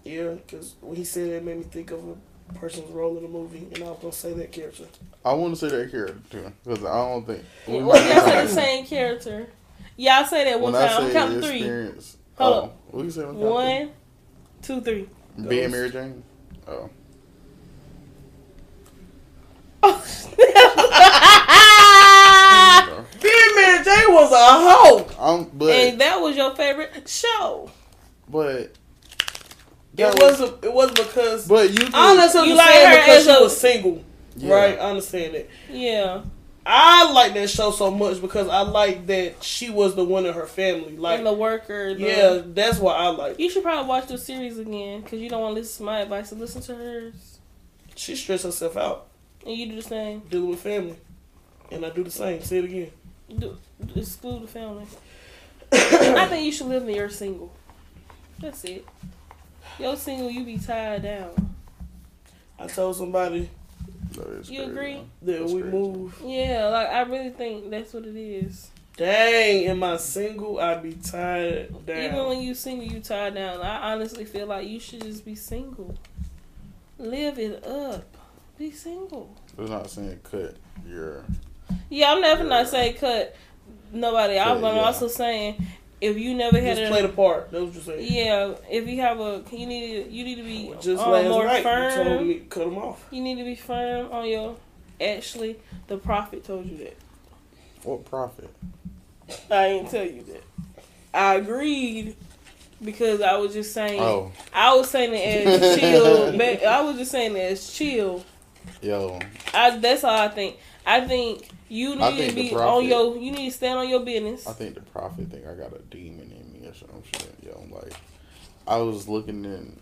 Yeah, because when he said that, it made me think of a person's role in a movie, and I was gonna say that character.
I want to say that character because I don't think
Yeah,
we
well,
might-
y'all say the same character. Y'all say that one
when I
time. I'm
say
counting three.
experience.
Hold
oh,
up.
what you say? when I count
One, two, three.
three? Being
Those.
Mary Jane. Oh,
Oh, Ah.
Big Man J was a hoe.
I'm but
and that was your favorite show.
but that
It wasn't. It wasn't because
But you could,
I understand what
You
you're
like
saying
her
because
as
she
a-
was single,
yeah,
right? I understand it.
Yeah.
I like that show so much because I like that she was the one in her family. Like,
and the worker. The,
yeah, that's why I like. it.
You should probably watch the series again because you don't want to listen to my advice. So listen to hers.
She stressed herself out
And you do the same.
dealing with family, and I do the same. Say it again.
Do, exclude the family. I think you should live in your single. That's it. Your single, you be tied down.
I told somebody
that is
You
crazy.
agree?
that
That's
we
crazy.
move.
Yeah, like I really think that's what it is.
Dang, am I single? I be tired down.
Even when you single, you tied down. I honestly feel like you should just be single. Live it up. Be single.
They're not saying cut your
Yeah, I'm never
Yeah.
not saying cut nobody. I'm
Cut, yeah.
also saying if you never had
Just
a
play the part. That's what you saying.
yeah, if you have a you need to, you need to be
Just
uh,
last
more
night, you told
firm.
me to cut him off.
You need to be firm on your. Actually, the prophet told you that.
What profit?
I ain't tell you that. I agreed because I was just saying.
Oh,
I was saying it as chill. ba- I was just saying it as chill.
yo,
I that's all I think. I think you
I
need
think
to
the
be on
prophet-
your. You need to stand on your business.
I think the prophet think I got a demon in me or some shit. Yo, like I was looking in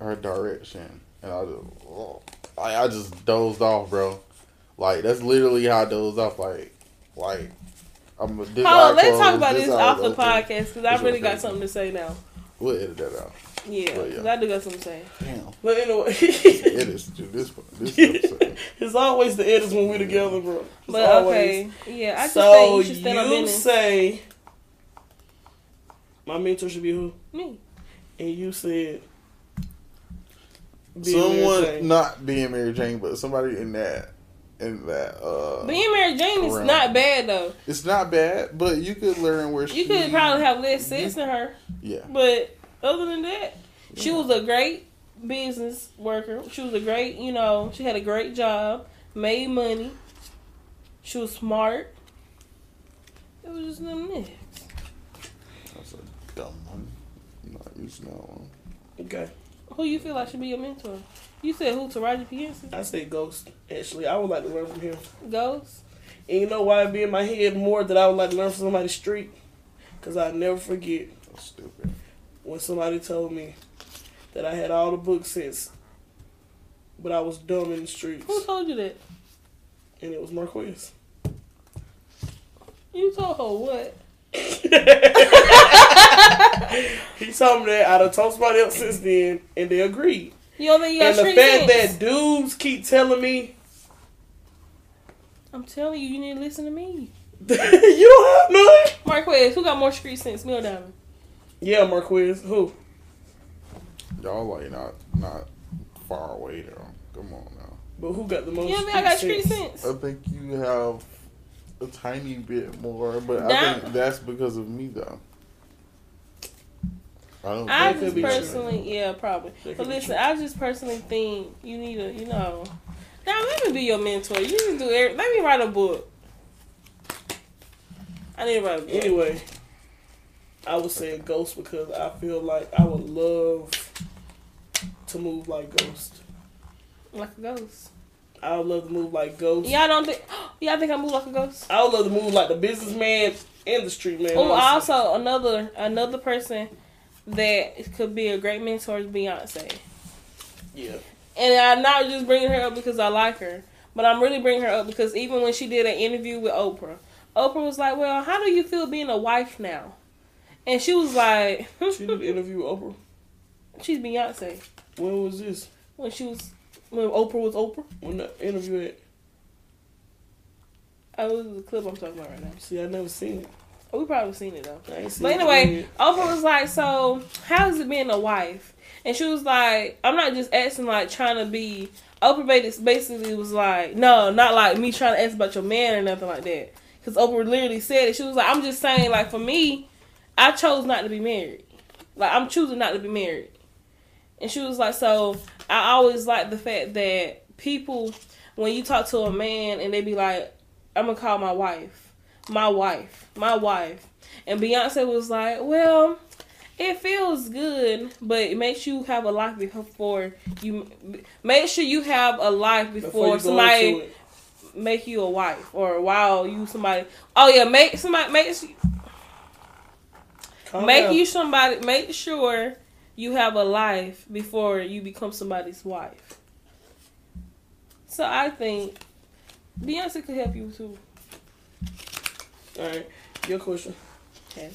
her direction and I just, oh, like, I just dozed off, bro. Like that's literally how I dozed off. Like, like I'm. This
Hold
eye
on, let's
closed,
talk about this
eye
off the
open.
podcast because
This
I really
one's open.
got something to say now.
We'll edit that out.
Yeah,
Well, yeah.
'cause I do got something to say.
Damn,
But anyway,
it is dude, this this episode.
it's always the edits when we're together, bro. It's
But
always.
okay, yeah, I just
so
think you should stand on business.
say my mentor should be who?
Me,
And you said be a man
Someone
thing.
not being Mary Jane, but somebody in that in that uh
being Mary Jane is
around.
not bad though.
It's not bad, but you could learn where she
You could probably have less sense than her,
Yeah.
but other than that, she was a great business worker. She was a great, you know, she had a great job, made money. She was smart. It was just nothing there.
That's a dumb one. I'm not using that one.
Okay.
Who you feel like should be your mentor? You said who? Taraji P. Henson?
I say ghost, actually. I would like to learn from him.
Ghost?
And you know why it be in my head more that I would like to learn from somebody's street? Because I never forget
That's stupid.
when somebody told me that I had all the book sense, but I was dumb in the streets.
Who told you that?
And it was Marquez.
You told her what?
He told me that I done told somebody else since then, and they agreed.
You don't think you got
and the
street
fact
sense?
that dudes keep telling me
I'm telling you, you need to listen to me.
you don't have none.
Marquez, who got more street sense, me or Diamond?
Yeah, Marquez. Who?
Y'all like not not far away though. Come on now.
But who got the
You
most?
know what I mean? I got street sense.
I think you have a tiny bit more, but I
That-
think that's because of me though. I don't
I
That could
just
be true.
personally, yeah, probably.
That could
But
be
listen, I just personally think you need to, you know. Now let me be your mentor. You need to do every, Let me write a book. I need to write a book.
Anyway, I would say Ghost because I feel like I would love to move like Ghost.
Like a ghost.
I would love to move like Ghost.
Y'all don't think? Y'all think I move like a ghost?
I would love to move like the businessman and the street man.
Oh,
honestly.
also another another person that could be a great mentor is Beyonce,
yeah.
and I'm not just bringing her up because I like her, but I'm really bringing her up because even when she did an interview with Oprah, Oprah was like, "Well, how do you feel being a wife now?" And she was like,
She did an interview with Oprah.
"She's Beyonce."
When was this?
When she was when Oprah was Oprah,
When the interview at?
I was the clip I'm talking about right now.
See, I never seen it.
We probably seen it though.
I ain't seen
But
it
anyway,
yet.
Oprah was like, "So, how's it being a wife?" And she was like, "I'm not just asking, like, trying to be." Oprah basi- basically was like, "No, not like me trying to ask about your man or nothing like that." Because Oprah literally said it. She was like, "I'm just saying, like, for me, I chose not to be married. Like, I'm choosing not to be married." And she was like, "So, I always like the fact that people, when you talk to a man and they be like, I'm gonna call my wife, my wife, my wife." And Beyonce was like, "Well, it feels good, but it makes you have a life before you make sure you have a life before,
Before you go into
somebody
it.
make you a wife or while you somebody. Oh yeah, make somebody make
Calm
make
down.
you somebody make sure you have a life before you become somebody's wife. So I think Beyonce could help you too.
All right, your question.
Okay.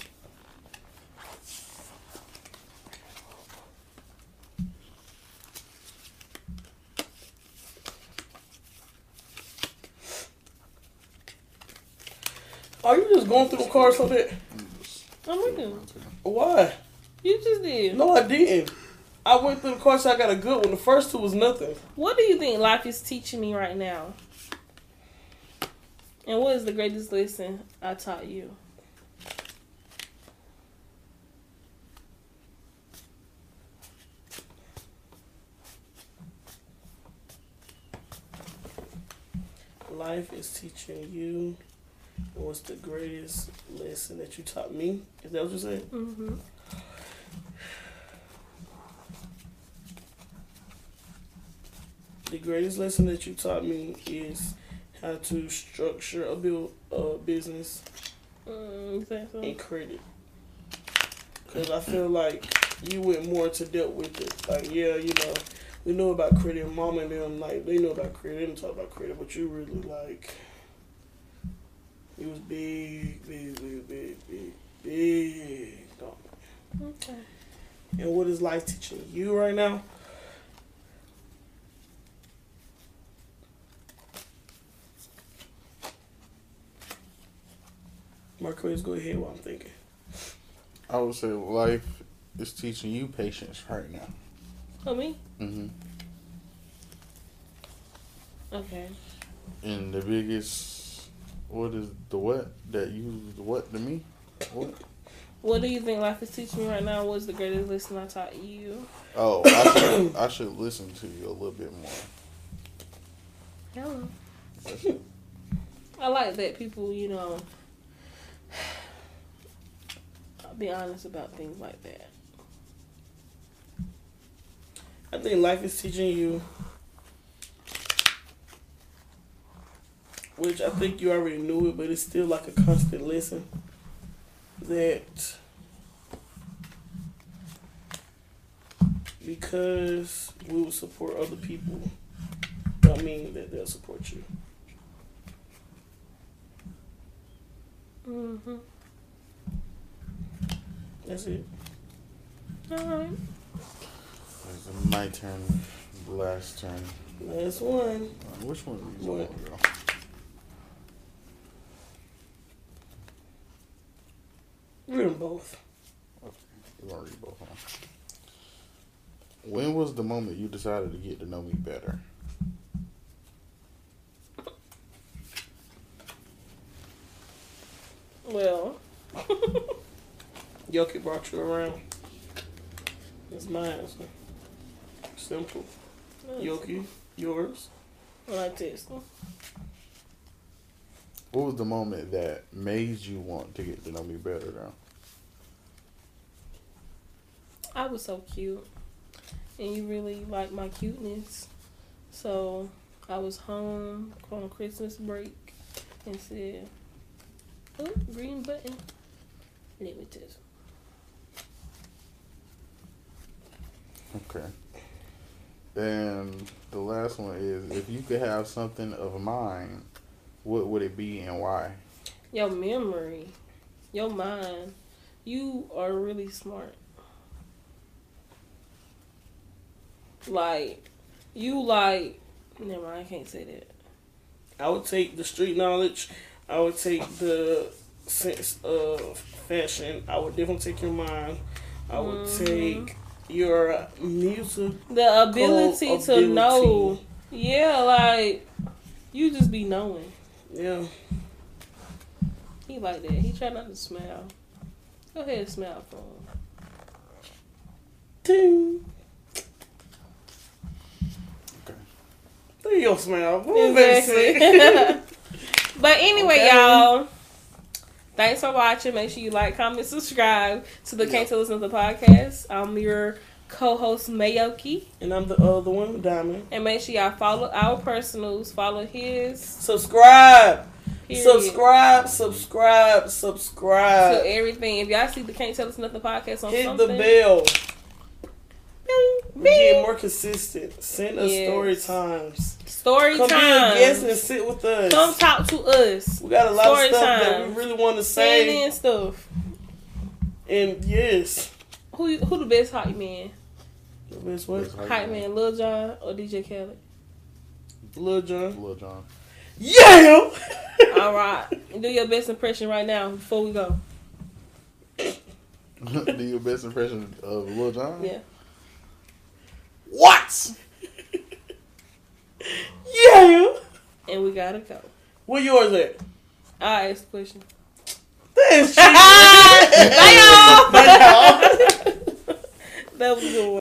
Are you just going through the cards like that?
I'm looking.
Why?
Oh, You just did.
No, I didn't. I went through the course. I got a good one. The first two was nothing.
What do you think life is teaching me right now? And what is the greatest lesson I taught you?
life is teaching you what's the greatest lesson that you taught me? Is that what you said?
Mm-hmm.
The greatest lesson that you taught me is how to structure a build a business
Mm, say something.
and credit. Cause I feel like you went more to depth with it. Like yeah, you know, we know about credit. Mom and them like they know about credit. They don't talk about credit, but you really like. It was big, big, big, big, big, big. Dog.
Okay.
And what is life teaching you right now? Marquez, go ahead while I'm thinking.
I would say life is teaching you patience right now.
Oh, me?
Mm-hmm.
Okay.
And the biggest, what is the what that you the what to me? What?
What do you think life is teaching me right now? What's the greatest lesson I taught you?
Oh, I should, I should listen to you a little bit more.
Hello. I like that people, you know, I'll be honest about things like that.
I think life is teaching you, which I think you already knew it, but it's still like a constant lesson that because we will support other people, don't mean that they'll support you.
Mm-hmm.
That's it.
All right.
It's my turn, last turn.
Last one.
Uh, which one of these
What?
I wanna go?
Read them both.
We're gonna read both of them. When was the moment you decided to get to know me better?
Well,
Yoki brought you around. That's my answer. Simple. Yoki, yours.
when I text them.
What was the moment that made you want to get to know me better though?
I was so cute, and you really liked my cuteness. So I was home on Christmas break and said, "Oh, green button, let me just."
Okay. And the last one is if you could have something of mine, what would it be and why?
Your memory, your mind, you are really smart. Like, you like. Never mind, I can't say that.
I would take the street knowledge. I would take the sense of fashion. I would definitely take your mind. I would
Mhm.
take your music.
The ability to know. Yeah, like you just be knowing.
Yeah.
He like that. He try not to smile. Go ahead and smile for him.
Ding.
Okay.
There you go, smile. Boom, baby, see?
but anyway,
Okay.
y'all. Thanks for watching. Make sure you like, comment, subscribe to the Can't Tell Listen to the podcast. I'm your co-host Mayoki,
and I'm the other one, Diamond.
and make sure y'all follow our personals. Follow his.
Subscribe.
period.
Subscribe, subscribe, subscribe.
to everything. If y'all see the Can't Tell Us Nothing podcast on
Hit
something,
the bell.
bing,
We get
bing.
more consistent. Send us
Yes.
story times.
story
Come be a
time.
guest and sit with us.
Come talk to us.
we got a lot
story
of stuff that we
time.
really want to
Send
say.
in stuff.
And yes,
Who you- who the best hype man?
the best what?
That's how you
Hype
want
man, Lil Jon or DJ Kelly?
Lil
it.
John.
Lil John.
Yeah.
All right, do your best impression right now before we go.
Do your best impression of Lil John?
Yeah,
What? yeah.
and we gotta go.
Where yours at?
I ask the question.
That is cheating.
Bye y'all.
Bye, y'all.
That was a good one.